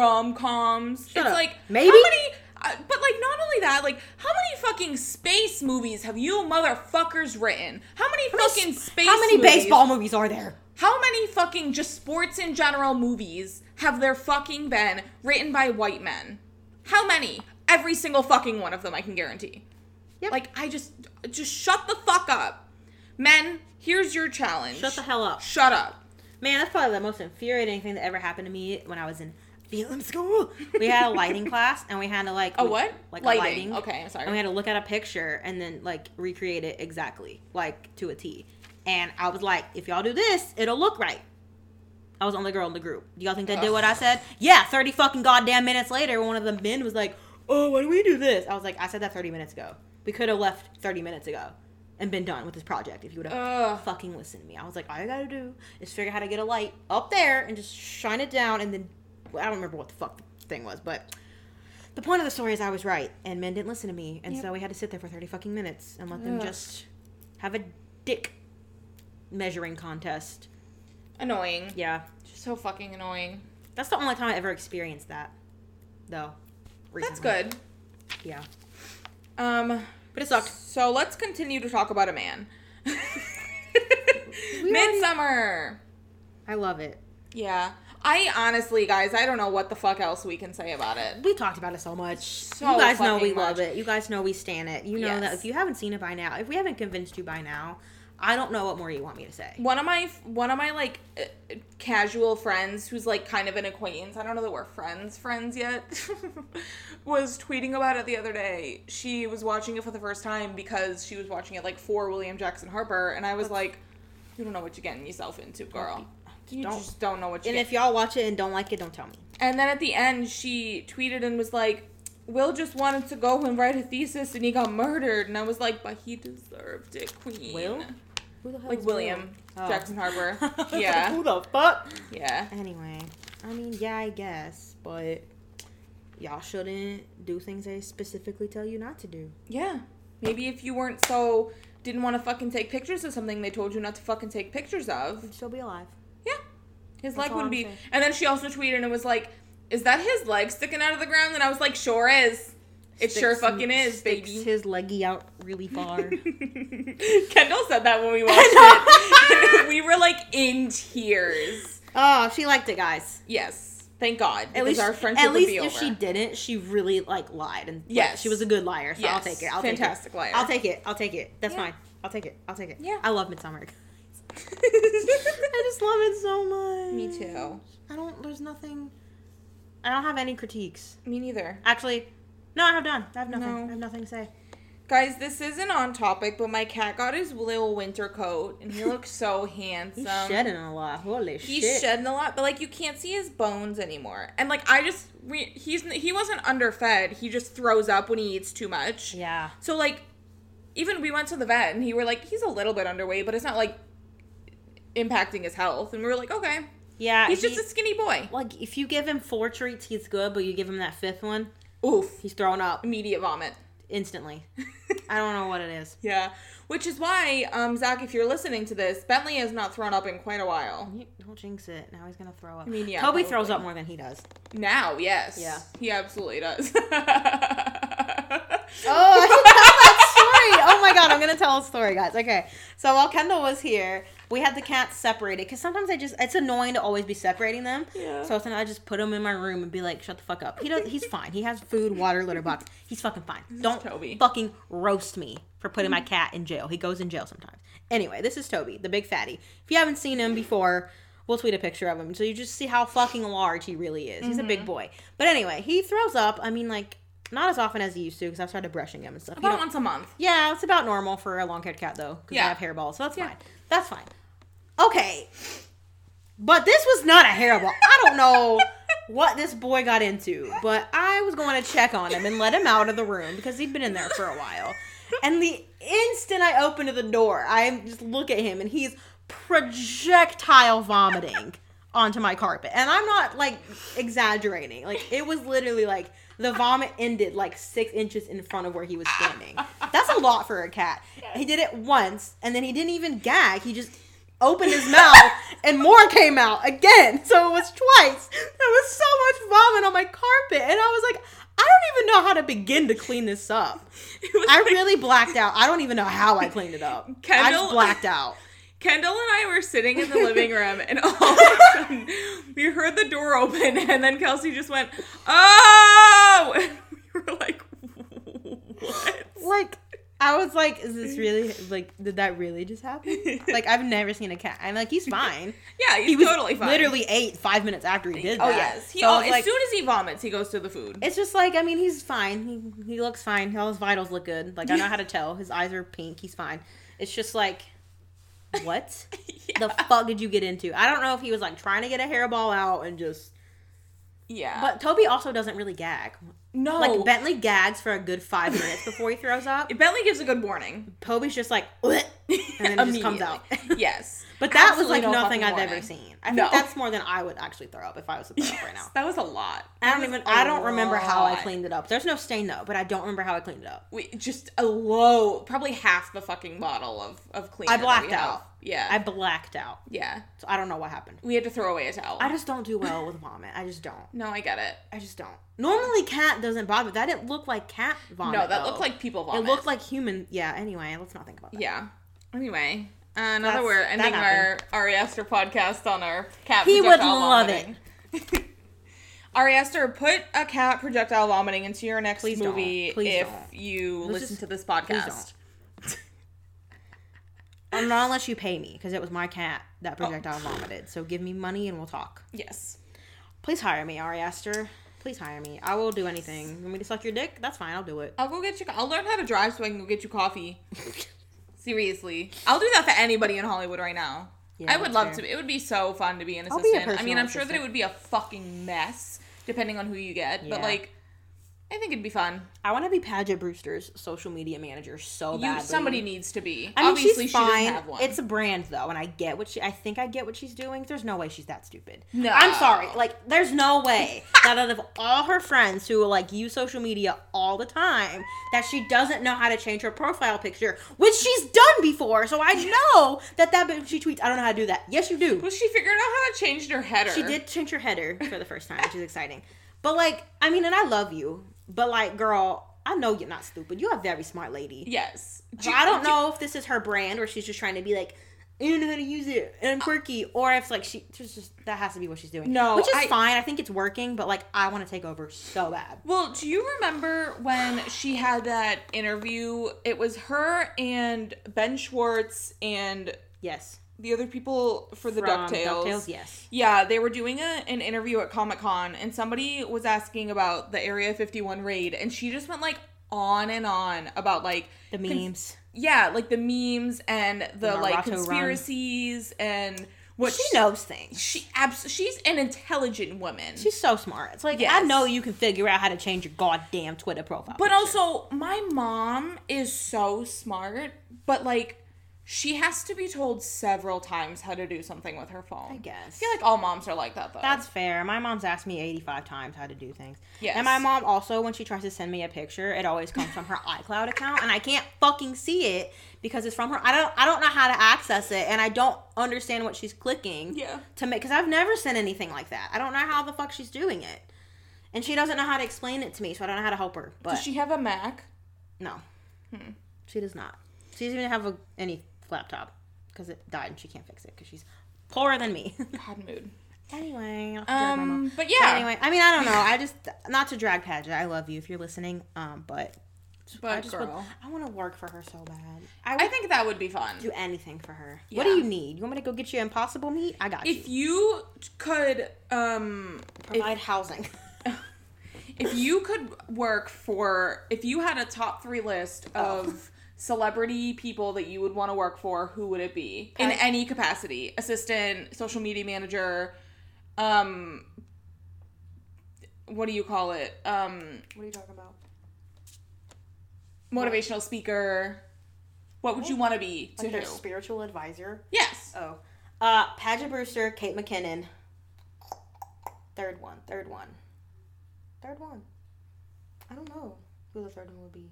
[SPEAKER 1] rom-coms it's
[SPEAKER 4] up.
[SPEAKER 1] like
[SPEAKER 4] Maybe?
[SPEAKER 1] how many uh, but like not only that like how many fucking space movies have you motherfuckers written how many fucking space
[SPEAKER 3] How many
[SPEAKER 1] movies-
[SPEAKER 3] baseball movies are there?
[SPEAKER 1] how many fucking just sports in general movies have there fucking been written by white men how many every single fucking one of them i can guarantee
[SPEAKER 4] Yep.
[SPEAKER 1] like i just just shut the fuck up men here's your challenge
[SPEAKER 3] Shut the hell up.
[SPEAKER 1] Shut up.
[SPEAKER 3] Man, that's probably the most infuriating thing that ever happened to me when I was in film school. We had a lighting class, and we had to like
[SPEAKER 1] A
[SPEAKER 3] we-
[SPEAKER 1] what?
[SPEAKER 3] Like
[SPEAKER 1] Lighting.
[SPEAKER 3] A lighting.
[SPEAKER 1] Okay, I'm sorry.
[SPEAKER 3] And we had to look at a picture and then like recreate it exactly, like to a T. And I was like, if y'all do this, it'll look right. I was the only girl in the group. Do y'all think they did
[SPEAKER 1] Ugh.
[SPEAKER 3] what I said? Yeah, thirty fucking goddamn minutes later, one of the men was like, "Oh, why do we do this?" I was like, "I said that thirty minutes ago. We could have left thirty minutes ago and been done with this project if you would have
[SPEAKER 1] Ugh.
[SPEAKER 3] fucking listen to me. I was like, all I gotta do is figure out how to get a light up there and just shine it down, and then well, I don't remember what the fuck the thing was, but the point of the story is I was right, and men didn't listen to me, and so we had to sit there for thirty fucking minutes and let them
[SPEAKER 1] Ugh.
[SPEAKER 3] just have a dick measuring contest.
[SPEAKER 1] Annoying.
[SPEAKER 3] Yeah,
[SPEAKER 1] So fucking annoying.
[SPEAKER 3] that's the only time I ever experienced that, though.
[SPEAKER 1] That's
[SPEAKER 3] recently.
[SPEAKER 1] good.
[SPEAKER 3] Yeah,
[SPEAKER 1] Um,
[SPEAKER 3] but it sucked.
[SPEAKER 1] so let's continue to talk about a man. Midsummer.
[SPEAKER 4] I love it.
[SPEAKER 1] Yeah. I honestly, guys, I don't know what the fuck else we can say about it.
[SPEAKER 3] We talked about it so much.
[SPEAKER 1] So
[SPEAKER 3] you guys know
[SPEAKER 1] fucking
[SPEAKER 3] we love
[SPEAKER 1] much.
[SPEAKER 3] it. You guys know we stan it. You know
[SPEAKER 1] Yes.
[SPEAKER 3] that if you haven't seen it by now, if we haven't convinced you by now, I don't know what more you want me to say.
[SPEAKER 1] One of my one of my like uh, uh, casual friends, who's like kind of an acquaintance. I don't know that we're friends friends yet. was tweeting about it the other day. She was watching it for the first time because she was watching it like for William Jackson Harper, and I was like, "You don't know what you're getting yourself into, girl. You
[SPEAKER 3] Don't-
[SPEAKER 1] just don't know what you're."
[SPEAKER 3] And
[SPEAKER 1] getting
[SPEAKER 3] if y'all watch it and don't like it, don't tell me.
[SPEAKER 1] and then at the end, she tweeted and was like, Will just wanted to go and write a thesis and he got murdered. And I was like, but he deserved it, queen.
[SPEAKER 3] Will? Who the hell
[SPEAKER 1] Like
[SPEAKER 3] is
[SPEAKER 1] William
[SPEAKER 3] Oh.
[SPEAKER 1] Jackson Harper.
[SPEAKER 3] Will?
[SPEAKER 1] yeah.
[SPEAKER 3] the fuck?
[SPEAKER 1] Yeah.
[SPEAKER 3] Anyway, I mean, yeah, I guess, but y'all shouldn't do things they specifically tell you not to do.
[SPEAKER 1] Yeah. Maybe if you weren't so. didn't want to fucking take pictures of something they told you not to fucking take pictures of.
[SPEAKER 3] You'd still be alive.
[SPEAKER 1] Yeah. His
[SPEAKER 3] That's
[SPEAKER 1] leg
[SPEAKER 3] all
[SPEAKER 1] wouldn't
[SPEAKER 3] I'm
[SPEAKER 1] be.
[SPEAKER 3] saying.
[SPEAKER 1] And then she also tweeted and was like, Is that his leg sticking out of the ground? And I was like, Sure is. It sure
[SPEAKER 3] Sticks-
[SPEAKER 1] fucking is,
[SPEAKER 3] sticks
[SPEAKER 1] baby.
[SPEAKER 3] His leggy out really far.
[SPEAKER 1] Kendall said that when we watched it. we were like in tears.
[SPEAKER 3] oh, she liked it, guys.
[SPEAKER 1] Yes, thank God.
[SPEAKER 3] at least
[SPEAKER 1] our friendship
[SPEAKER 3] at least
[SPEAKER 1] would be
[SPEAKER 3] if
[SPEAKER 1] over.
[SPEAKER 3] she didn't she really like lied and yeah,
[SPEAKER 1] Yes.
[SPEAKER 3] she was a good liar so i'll
[SPEAKER 1] Yes.
[SPEAKER 3] take it i'll
[SPEAKER 1] Fantastic
[SPEAKER 3] take it.
[SPEAKER 1] liar.
[SPEAKER 3] i'll take it i'll take it that's
[SPEAKER 1] Yeah.
[SPEAKER 3] fine i'll take it i'll take it
[SPEAKER 1] Yeah.
[SPEAKER 3] i love midsummer i just love it so much
[SPEAKER 1] Me too.
[SPEAKER 3] i don't there's nothing i don't have any critiques
[SPEAKER 1] Me neither.
[SPEAKER 3] actually no i have done i have nothing
[SPEAKER 1] No.
[SPEAKER 3] i have nothing to say
[SPEAKER 1] Guys, this isn't on topic, but my cat got his little winter coat, and he looks so handsome.
[SPEAKER 3] he's shedding a lot holy
[SPEAKER 1] He's
[SPEAKER 3] shit
[SPEAKER 1] shedding a lot, but like you can't see his bones anymore. And like I just re- he's he wasn't underfed. He just throws up when he eats too much.
[SPEAKER 3] yeah
[SPEAKER 1] So like, even we went to the vet and he were like, he's a little bit underweight, but it's not like impacting his health. And we were like, okay,
[SPEAKER 3] yeah
[SPEAKER 1] he's
[SPEAKER 3] he-
[SPEAKER 1] just a skinny boy.
[SPEAKER 3] like if you give him four treats he's good but you give him that fifth one
[SPEAKER 1] Oof,
[SPEAKER 3] he's thrown up
[SPEAKER 1] immediate vomit.
[SPEAKER 3] instantly i don't know what it is
[SPEAKER 1] yeah, which is why, um, Zach, if you're listening to this, Bentley has not thrown up in quite a while.
[SPEAKER 3] You- Don't jinx it. Now he's gonna throw up. I
[SPEAKER 1] mean, yeah,
[SPEAKER 3] Kobe throws
[SPEAKER 1] probably.
[SPEAKER 3] up more than he does.
[SPEAKER 1] Now, yes,
[SPEAKER 3] Yeah.
[SPEAKER 1] he absolutely does.
[SPEAKER 3] Oh, I should tell that story. Oh my god, I'm gonna tell a story, guys. Okay, so while Kendall was here, We had the cats separated because sometimes I just it's annoying to always be separating them.
[SPEAKER 1] Yeah.
[SPEAKER 3] So sometimes I just put them in my room and be like, "Shut the fuck up." He does. He's fine. He has food, water, litter box. He's fucking fine. Don't
[SPEAKER 1] Toby.
[SPEAKER 3] fucking roast me for putting
[SPEAKER 1] Mm.
[SPEAKER 3] my cat in jail. He goes in jail sometimes. Anyway, this is Toby, the big fatty. If you haven't seen him before, we'll tweet a picture of him so you just see how fucking large he really is. He's a
[SPEAKER 1] Mm-hmm.
[SPEAKER 3] big boy. But anyway, he throws up. I mean, like not as often as he used to because I've started brushing him and stuff. You
[SPEAKER 1] About
[SPEAKER 3] don't-
[SPEAKER 1] once a month.
[SPEAKER 3] yeah, it's about normal for a long haired cat though, because
[SPEAKER 1] Yeah.
[SPEAKER 3] I have hairballs, so that's fine. That's fine. Okay. But this was not a hairball. I don't know what this boy got into, but I was going to check on him and let him out of the room because he'd been in there for a while. And the instant I opened the door, I just look at him and he's projectile vomiting onto my carpet. And I'm not like exaggerating. Like it was literally like the vomit ended like six inches in front of where he was standing. That's a lot for a cat. He did it once and then he didn't even gag. He just opened his mouth and more came out again. So it was twice. There was so much vomit on my carpet. And I was like, I don't even know how to begin to clean this up. I really blacked out. I don't even know how I cleaned it up. I
[SPEAKER 1] Kendall-
[SPEAKER 3] just blacked out.
[SPEAKER 1] Kendall and I were sitting in the living room, and all of a sudden, we heard the door open, and then Kelsey just went, "Oh!" And we were like, "What?"
[SPEAKER 3] Like, I was like, is this really, like, did that really just happen? Like, I've never seen a cat. I'm like, he's fine.
[SPEAKER 1] Yeah, he's
[SPEAKER 3] He was
[SPEAKER 1] totally fine.
[SPEAKER 3] literally ate five minutes after he did that.
[SPEAKER 1] Oh yes, he.
[SPEAKER 3] So I
[SPEAKER 1] al-
[SPEAKER 3] was
[SPEAKER 1] as
[SPEAKER 3] like,
[SPEAKER 1] soon as he vomits, he goes to the food.
[SPEAKER 3] It's just like I mean, he's fine. He he looks fine. All his vitals look good. Like I know how to tell. His eyes are pink. He's fine. It's just like, what the fuck did you get into? I don't know if he was like trying to get a hairball out and just.
[SPEAKER 1] yeah,
[SPEAKER 3] But Toby also doesn't really gag.
[SPEAKER 1] no,
[SPEAKER 3] Like Bentley gags for a good five minutes before he throws up.
[SPEAKER 1] Bentley gives a good warning,
[SPEAKER 3] Toby's just like, "Ugh," and then it just comes out.
[SPEAKER 1] Immediately. yes,
[SPEAKER 3] But that
[SPEAKER 1] Absolutely
[SPEAKER 3] was like
[SPEAKER 1] no
[SPEAKER 3] nothing
[SPEAKER 1] fucking
[SPEAKER 3] I've
[SPEAKER 1] warning.
[SPEAKER 3] ever seen. I think
[SPEAKER 1] No.
[SPEAKER 3] that's more than I would actually throw up if I was to throw up right now.
[SPEAKER 1] Yes, that was a lot.
[SPEAKER 3] I don't
[SPEAKER 1] That was
[SPEAKER 3] even.
[SPEAKER 1] a
[SPEAKER 3] I don't remember how I
[SPEAKER 1] lot.
[SPEAKER 3] cleaned it up. There's no stain though, but I don't remember how I cleaned it up.
[SPEAKER 1] We just a low, probably half the fucking bottle of of cleaner.
[SPEAKER 3] I
[SPEAKER 1] that
[SPEAKER 3] blacked
[SPEAKER 1] we have.
[SPEAKER 3] out.
[SPEAKER 1] Yeah,
[SPEAKER 3] I blacked out.
[SPEAKER 1] yeah.
[SPEAKER 3] So I don't know what happened.
[SPEAKER 1] We had to throw away a towel.
[SPEAKER 3] I just don't do well with vomit. I just don't.
[SPEAKER 1] no, I get it.
[SPEAKER 3] I just don't. Normally, cat doesn't bother. That didn't look like cat vomit.
[SPEAKER 1] no, that
[SPEAKER 3] though.
[SPEAKER 1] looked like people
[SPEAKER 3] it
[SPEAKER 1] vomit.
[SPEAKER 3] looked like human. Yeah. Anyway, let's not think about that.
[SPEAKER 1] yeah. Anyway, uh, another
[SPEAKER 3] That's-
[SPEAKER 1] we're
[SPEAKER 3] that
[SPEAKER 1] ending our Ari Aster podcast on our cat.
[SPEAKER 3] He would
[SPEAKER 1] projectile
[SPEAKER 3] love
[SPEAKER 1] vomiting. Ari Aster, put a cat projectile vomiting into your next
[SPEAKER 3] Please don't.
[SPEAKER 1] movie
[SPEAKER 3] Please
[SPEAKER 1] if
[SPEAKER 3] don't.
[SPEAKER 1] you
[SPEAKER 3] This
[SPEAKER 1] listen
[SPEAKER 3] is-
[SPEAKER 1] to this podcast.
[SPEAKER 3] don't. Um, not unless you pay me, because it was my cat
[SPEAKER 1] Oh.
[SPEAKER 3] that projectile vomited. So give me money and we'll talk.
[SPEAKER 1] Yes.
[SPEAKER 3] Please hire me, Ari Aster. Please hire me. I will do anything. You want me to suck your dick? That's fine. I'll do it.
[SPEAKER 1] I'll go get you. I'll learn how to drive so I can go get you coffee. Seriously, I'll do that for anybody in Hollywood right now.
[SPEAKER 3] Yeah,
[SPEAKER 1] I would
[SPEAKER 3] that's
[SPEAKER 1] love
[SPEAKER 3] fair.
[SPEAKER 1] to. It would be so fun to be an
[SPEAKER 3] I'll
[SPEAKER 1] assistant.
[SPEAKER 3] be a
[SPEAKER 1] I mean,
[SPEAKER 3] personal
[SPEAKER 1] I'm sure that it
[SPEAKER 3] assistant.
[SPEAKER 1] would be a fucking mess depending on who you get, but
[SPEAKER 3] Yeah.
[SPEAKER 1] like, I think it'd be fun.
[SPEAKER 3] I want to be Paget Brewster's social media manager so
[SPEAKER 1] You
[SPEAKER 3] badly.
[SPEAKER 1] somebody needs to be.
[SPEAKER 3] I mean,
[SPEAKER 1] Obviously,
[SPEAKER 3] she's
[SPEAKER 1] she doesn't
[SPEAKER 3] fine.
[SPEAKER 1] have one.
[SPEAKER 3] It's a brand though, and I get what she. I think I get what she's doing. There's no way she's that stupid.
[SPEAKER 1] No.
[SPEAKER 3] I'm sorry. Like, there's no way that out of all her friends who like use social media all the time, that she doesn't know how to change her profile picture, which she's done before. So I know that that bitch- she tweets. I don't know how to do that. Yes, you do.
[SPEAKER 1] well, she figured out how to change her header.
[SPEAKER 3] She did change her header for the first time, which is exciting. But like, I mean, and I love you, but like, girl, I know you're not stupid. You're a very smart lady.
[SPEAKER 1] Yes.
[SPEAKER 3] So I don't know if this is her brand or she's just trying to be like, I don't know how to use it and I'm quirky, or if like she there's just that has to be what she's doing.
[SPEAKER 1] No,
[SPEAKER 3] which is
[SPEAKER 1] I-
[SPEAKER 3] fine. I think it's working, but like I want to take over so bad.
[SPEAKER 1] Well, do you remember when she had that interview? It was her and Ben Schwartz and
[SPEAKER 3] Yes,
[SPEAKER 1] the other people for the
[SPEAKER 3] From
[SPEAKER 1] DuckTales.
[SPEAKER 3] DuckTales, yes.
[SPEAKER 1] Yeah, they were doing a, an interview at Comic Con and somebody was asking about the Area 51 raid and she just went like on and on about like
[SPEAKER 3] The
[SPEAKER 1] cons-
[SPEAKER 3] memes.
[SPEAKER 1] yeah, like the memes and the like
[SPEAKER 3] Naruto run.
[SPEAKER 1] conspiracies and what
[SPEAKER 3] she knows things.
[SPEAKER 1] She abs- she's an intelligent woman.
[SPEAKER 3] She's so smart. It's like I
[SPEAKER 1] Yes.
[SPEAKER 3] know you can figure out how to change your goddamn Twitter profile.
[SPEAKER 1] But
[SPEAKER 3] picture.
[SPEAKER 1] also, my mom is so smart, but like, she has to be told several times how to do something with her phone. I
[SPEAKER 3] guess.
[SPEAKER 1] I feel like all moms are like that though.
[SPEAKER 3] That's fair. My mom's asked me 85 times how to do things.
[SPEAKER 1] Yes.
[SPEAKER 3] And my mom also, when she tries to send me a picture, it always comes from her iCloud account, and I can't fucking see it because it's from her. I don't. I don't know how to access it, and I don't understand what she's clicking.
[SPEAKER 1] Yeah.
[SPEAKER 3] To make, because I've never sent anything like that. I don't know how the fuck she's doing it, and she doesn't know how to explain it to me, so I don't know how to help her. But
[SPEAKER 1] Does she Hmm. have a Mac?
[SPEAKER 3] no, she does not. She doesn't even have a, any laptop. because it died and she can't fix it because she's poorer than me.
[SPEAKER 1] Bad mood.
[SPEAKER 3] anyway,
[SPEAKER 1] Um, but
[SPEAKER 3] yeah.
[SPEAKER 1] yeah.
[SPEAKER 3] Anyway, I mean, I don't know. I just not to drag Padgett. I love you if you're listening. Um, but
[SPEAKER 1] But
[SPEAKER 3] I just would-
[SPEAKER 1] girl.
[SPEAKER 3] I want to work for her so bad. I would
[SPEAKER 1] I think that would be fun.
[SPEAKER 3] do anything for her. What do
[SPEAKER 1] Yeah.
[SPEAKER 3] you need? You want me to go get you impossible meat? I got
[SPEAKER 1] If
[SPEAKER 3] you.
[SPEAKER 1] you could, um,
[SPEAKER 3] Provide housing.
[SPEAKER 1] if you could work for, if you had a top three list
[SPEAKER 3] Oh.
[SPEAKER 1] of celebrity people that you would want to work for, who would it be in
[SPEAKER 3] Pat-
[SPEAKER 1] any capacity? Assistant, social media manager, um, what do you call it? Um,
[SPEAKER 3] what are you talking about?
[SPEAKER 1] motivational speaker. What would you want to be to
[SPEAKER 3] Like their
[SPEAKER 1] who?
[SPEAKER 3] spiritual advisor.
[SPEAKER 1] yes.
[SPEAKER 3] Oh, uh, Paget Brewster, Kate McKinnon. Third one, third one, third one. I don't know who the third one would be.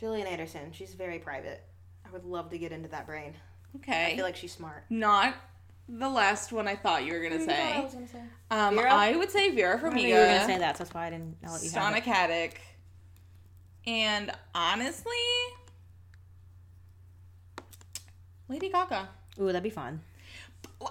[SPEAKER 3] Jillian Anderson. She's very private. I would love to get into that brain. I
[SPEAKER 1] Okay.
[SPEAKER 3] feel like she's smart.
[SPEAKER 1] Not the last one I thought you were gonna say. Um,
[SPEAKER 3] Vera?
[SPEAKER 1] I would say Vera
[SPEAKER 3] I knew you were gonna
[SPEAKER 1] Farmiga,
[SPEAKER 3] say that, so that's why I didn't. I'll let you have
[SPEAKER 1] Sonic
[SPEAKER 3] it.
[SPEAKER 1] Haddock, and honestly, Lady Gaga.
[SPEAKER 3] Ooh, that'd be fun.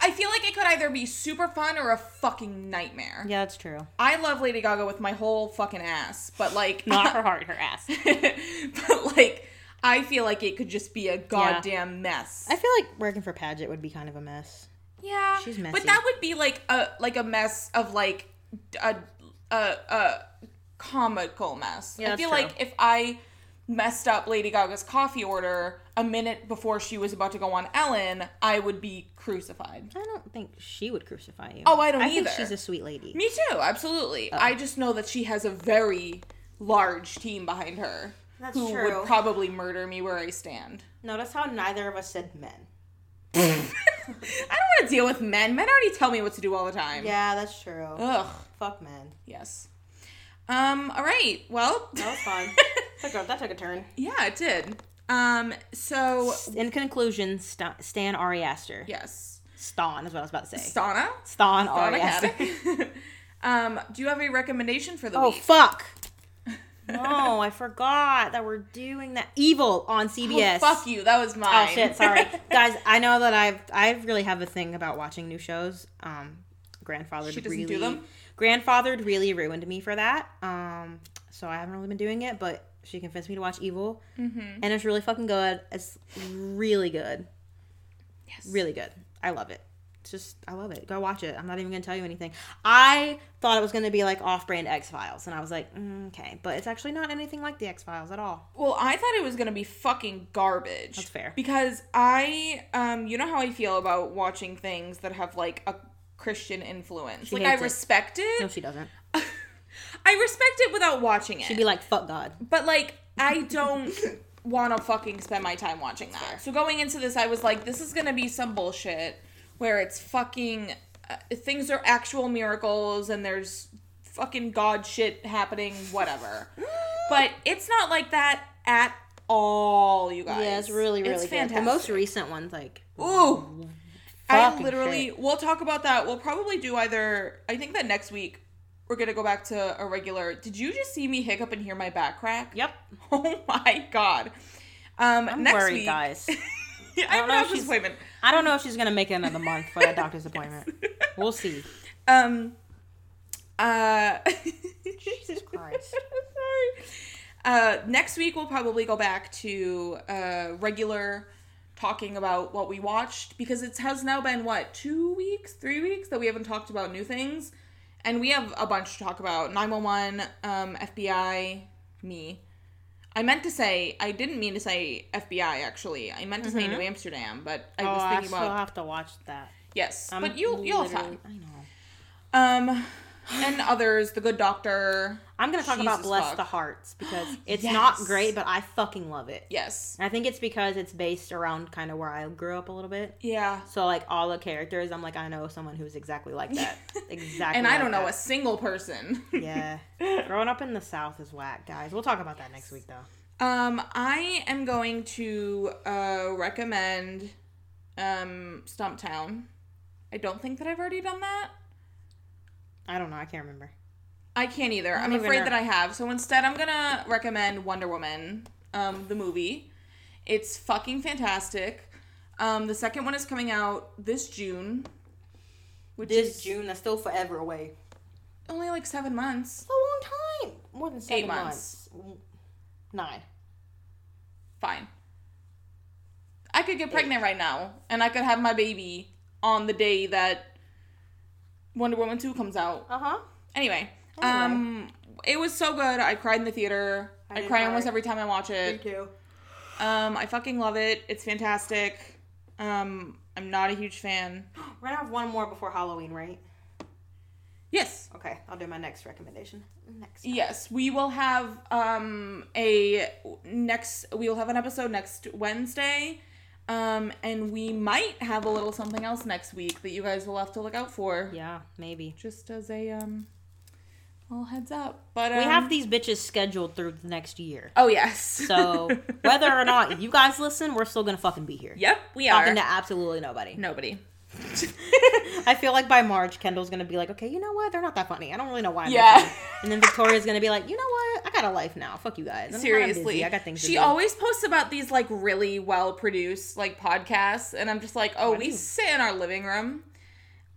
[SPEAKER 1] I feel like it could either be super fun or a fucking nightmare.
[SPEAKER 3] Yeah, that's true.
[SPEAKER 1] I love Lady Gaga with my whole fucking ass, but like,
[SPEAKER 3] Not her heart, her ass.
[SPEAKER 1] but like, I feel like it could just be a goddamn mess.
[SPEAKER 3] I feel like working for Paget would be kind of a mess.
[SPEAKER 1] Yeah,
[SPEAKER 3] She's
[SPEAKER 1] But
[SPEAKER 3] messy.
[SPEAKER 1] that would be like a like a mess of like a a, a comical mess.
[SPEAKER 3] Yeah,
[SPEAKER 1] I
[SPEAKER 3] that's
[SPEAKER 1] feel
[SPEAKER 3] true.
[SPEAKER 1] like if I messed up Lady Gaga's coffee order a minute before she was about to go on Ellen, I would be crucified.
[SPEAKER 3] I don't think she would crucify you.
[SPEAKER 1] Oh, I don't
[SPEAKER 3] I
[SPEAKER 1] either.
[SPEAKER 3] think she's a sweet lady.
[SPEAKER 1] Me too, absolutely. I just know that she has a very large team behind her
[SPEAKER 3] That's
[SPEAKER 1] who
[SPEAKER 3] true.
[SPEAKER 1] would probably murder me where I stand.
[SPEAKER 3] Notice how neither of us said men.
[SPEAKER 1] I don't want to deal with men. Men already tell me what to do all the time.
[SPEAKER 3] Yeah, that's true.
[SPEAKER 1] Ugh.
[SPEAKER 3] Fuck men.
[SPEAKER 1] Yes. Um. All right. Well.
[SPEAKER 3] That was fun. That took a- that took a turn.
[SPEAKER 1] Yeah, it did. Um, so
[SPEAKER 3] In conclusion, Sta Stan Ari Aster.
[SPEAKER 1] yes.
[SPEAKER 3] Stan is what I was about to say.
[SPEAKER 1] Stana?
[SPEAKER 3] Stan
[SPEAKER 1] Stana
[SPEAKER 3] Ari Aster.
[SPEAKER 1] Haddock. um, do you have a recommendation for the
[SPEAKER 3] Oh
[SPEAKER 1] week?
[SPEAKER 3] fuck. No, I forgot that we're doing that. Evil on CBS.
[SPEAKER 1] Oh, fuck you. That was
[SPEAKER 3] Oh
[SPEAKER 1] mine.
[SPEAKER 3] shit, sorry. Guys, I know that I've I really have a thing about watching new shows. Um grandfathered
[SPEAKER 1] She doesn't
[SPEAKER 3] really
[SPEAKER 1] do them?
[SPEAKER 3] grandfathered really ruined me for that. Um so I haven't really been doing it, but she convinced me to watch Evil. Mm-hmm. And it's really fucking good. It's really good.
[SPEAKER 1] Yes.
[SPEAKER 3] Really good. I love it. It's just I love it. Go watch it. I'm not even gonna tell you anything. I thought it was gonna be like off-brand X Files, and I was like, mm, okay, but it's actually not anything like the X Files at all.
[SPEAKER 1] Well, I thought it was gonna be fucking garbage.
[SPEAKER 3] That's fair.
[SPEAKER 1] Because I um you know how I feel about watching things that have like a Christian influence. like I
[SPEAKER 3] hates it.
[SPEAKER 1] respect it.
[SPEAKER 3] No, she doesn't.
[SPEAKER 1] I respect it without watching it.
[SPEAKER 3] She'd be like, fuck God.
[SPEAKER 1] But like, I don't want to fucking spend my time watching that. So going into this, I was like, this is gonna be some bullshit where it's fucking uh, things are actual miracles and there's fucking god shit happening, whatever. but it's not like that at all, you guys.
[SPEAKER 3] Yeah, it's really, really good.
[SPEAKER 1] fantastic.
[SPEAKER 3] The most recent ones, like
[SPEAKER 1] Ooh. I
[SPEAKER 3] Fucking
[SPEAKER 1] literally,
[SPEAKER 3] shit.
[SPEAKER 1] we'll talk about that. We'll probably do either. I think that next week we're gonna go back to a regular. Did you just see me hiccup and hear my back crack?
[SPEAKER 3] Yep.
[SPEAKER 1] Oh my god. Um, next
[SPEAKER 3] worried,
[SPEAKER 1] week,
[SPEAKER 3] guys.
[SPEAKER 1] Yeah, I, have
[SPEAKER 3] don't know
[SPEAKER 1] an
[SPEAKER 3] if
[SPEAKER 1] office
[SPEAKER 3] she's-
[SPEAKER 1] appointment.
[SPEAKER 3] I don't know if she's gonna make it another month for that doctor's appointment. We'll see.
[SPEAKER 1] Um, uh,
[SPEAKER 3] Jesus Christ.
[SPEAKER 1] sorry. Uh, next week we'll probably go back to uh regular talking about what we watched because it has now been what two weeks, three weeks that we haven't talked about new things, and we have a bunch to talk about. Nine one one, um, FBI, me. I meant to say I didn't mean to say FBI actually. I meant to say New Amsterdam, but I
[SPEAKER 3] Mm-hmm. Oh,
[SPEAKER 1] was
[SPEAKER 3] I
[SPEAKER 1] thinking
[SPEAKER 3] still
[SPEAKER 1] about
[SPEAKER 3] have to watch that.
[SPEAKER 1] Yes,
[SPEAKER 3] I'm
[SPEAKER 1] but you you'll have
[SPEAKER 3] literally-
[SPEAKER 1] time.
[SPEAKER 3] I know.
[SPEAKER 1] Um, and others, the Good Doctor.
[SPEAKER 3] I'm gonna talk about
[SPEAKER 1] Jesus
[SPEAKER 3] Bless
[SPEAKER 1] fuck.
[SPEAKER 3] the Hearts because it's
[SPEAKER 1] Yes.
[SPEAKER 3] not great, but I fucking love it.
[SPEAKER 1] Yes.
[SPEAKER 3] And I think it's because it's based around kind of where I grew up a little bit.
[SPEAKER 1] Yeah.
[SPEAKER 3] So like all the characters, I'm like I know someone who's exactly like that. Exactly.
[SPEAKER 1] And I don't
[SPEAKER 3] like
[SPEAKER 1] know a
[SPEAKER 3] that.
[SPEAKER 1] single person.
[SPEAKER 3] Yeah, growing up in the South is whack, guys. We'll talk about that next week though.
[SPEAKER 1] Um, I am going to uh, recommend um Stumptown. I don't think that I've already done that.
[SPEAKER 3] I don't know. I can't remember.
[SPEAKER 1] I can't either. I'm
[SPEAKER 3] even
[SPEAKER 1] afraid
[SPEAKER 3] know.
[SPEAKER 1] that I have. So instead, I'm gonna recommend Wonder Woman, um, the movie, It's fucking fantastic. Um, the second one is coming out this June, which
[SPEAKER 3] This
[SPEAKER 1] is
[SPEAKER 3] June, that's still forever away.
[SPEAKER 1] only like seven months.
[SPEAKER 3] A long time. More than seven
[SPEAKER 1] Eight months.
[SPEAKER 3] months. Mm, Nine.
[SPEAKER 1] Fine. I could get pregnant right now, and I could have my baby on the day that Wonder Woman two comes out.
[SPEAKER 3] Uh huh.
[SPEAKER 1] Anyway, um, it was so good. I cried in the theater. I,
[SPEAKER 3] did
[SPEAKER 1] cry
[SPEAKER 3] cry.
[SPEAKER 1] almost every time I watch
[SPEAKER 3] Me
[SPEAKER 1] it.
[SPEAKER 3] too.
[SPEAKER 1] Um, I fucking love it. It's fantastic. Um, I'm not a huge fan.
[SPEAKER 3] We're gonna have one more before Halloween, right?
[SPEAKER 1] Yes,
[SPEAKER 3] Okay, I'll do my next recommendation. Next.
[SPEAKER 1] yes, we will have um a next. We will have an episode next Wednesday. Um, and we might have a little something else next week that you guys will have to look out for.
[SPEAKER 3] Yeah, maybe.
[SPEAKER 1] Just as a um, little heads up. But um,
[SPEAKER 3] We have these bitches scheduled through the next year.
[SPEAKER 1] Oh yes.
[SPEAKER 3] So whether or not you guys listen, we're still gonna fucking be here.
[SPEAKER 1] Yep, we are.
[SPEAKER 3] Talking to absolutely nobody.
[SPEAKER 1] Nobody.
[SPEAKER 3] I feel like by March, Kendall's gonna be like, okay, you know what? They're not that funny. I don't really know why. I'm
[SPEAKER 1] Yeah.
[SPEAKER 3] listening." And then Victoria's gonna be like, you know what? I got a life now. Fuck you guys. I'm kinda
[SPEAKER 1] Seriously,
[SPEAKER 3] busy. I got things.
[SPEAKER 1] She
[SPEAKER 3] to do.
[SPEAKER 1] always posts about these like really well produced like podcasts, and I'm just like, oh, we sit in our living room,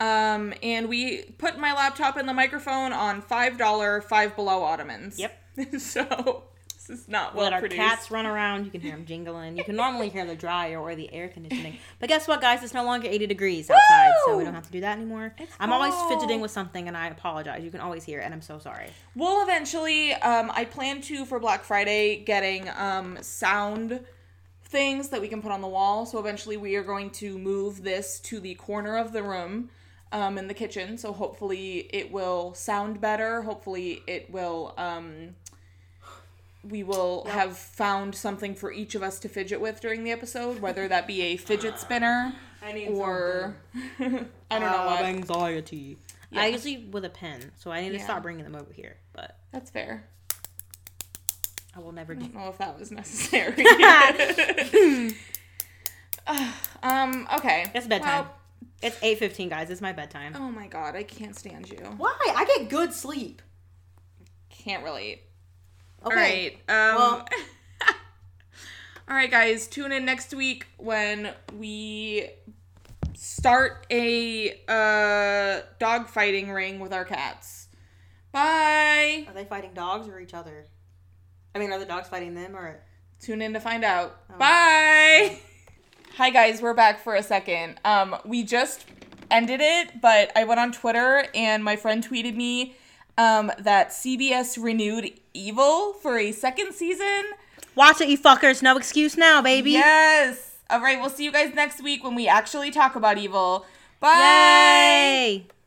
[SPEAKER 1] um, and we put my laptop and the microphone on five dollar five below ottomans.
[SPEAKER 3] Yep.
[SPEAKER 1] so this is not
[SPEAKER 3] Let
[SPEAKER 1] well
[SPEAKER 3] our
[SPEAKER 1] produced.
[SPEAKER 3] cats run around. You can hear them jingling. You can normally hear the dryer or the air conditioning. But guess what, guys? It's no longer 80 degrees outside, so we
[SPEAKER 1] Woo!
[SPEAKER 3] don't have to do that anymore.
[SPEAKER 1] It's
[SPEAKER 3] I'm always
[SPEAKER 1] fall.
[SPEAKER 3] fidgeting with something, and I apologize. You can always hear it, and I'm so sorry.
[SPEAKER 1] We'll eventually. Um, I plan to for Black Friday getting um sound things that we can put on the wall. So eventually, we are going to move this to the corner of the room, um, in the kitchen. So hopefully, it will sound better. Hopefully, it will um. We will have found something for each of us to fidget with during the episode, whether that be a fidget spinner
[SPEAKER 3] I need
[SPEAKER 1] or I don't
[SPEAKER 3] Uh,
[SPEAKER 1] know what.
[SPEAKER 3] anxiety.
[SPEAKER 1] Yeah.
[SPEAKER 3] I usually with a pen, so I need
[SPEAKER 1] Yeah.
[SPEAKER 3] to stop bringing them over here. But
[SPEAKER 1] That's fair.
[SPEAKER 3] I will never
[SPEAKER 1] I
[SPEAKER 3] do.
[SPEAKER 1] don't know if that was necessary.
[SPEAKER 3] Hmm.
[SPEAKER 1] um. Okay.
[SPEAKER 3] It's bedtime. it's 8:15, guys. It's my bedtime.
[SPEAKER 1] Well, oh my god, I can't stand you.
[SPEAKER 3] Um, Why? I get good sleep.
[SPEAKER 1] Can't relate.
[SPEAKER 3] Okay.
[SPEAKER 1] All right. Um,
[SPEAKER 3] Well-
[SPEAKER 1] all right, guys. Tune in next week when we start a uh, dog fighting ring with our cats. Bye.
[SPEAKER 3] Are they fighting dogs or each other? I mean, are the dogs fighting them or?
[SPEAKER 1] Tune in to find out. Bye. Hi guys, we're back for a second. Um, we just ended it, but I went on Twitter and my friend tweeted me um, that CBS renewed Evil for a second season.
[SPEAKER 3] Watch it, you fuckers. No excuse now, baby.
[SPEAKER 1] Yes. All right, we'll see you guys next week when we actually talk about Evil. Bye.
[SPEAKER 3] Yay.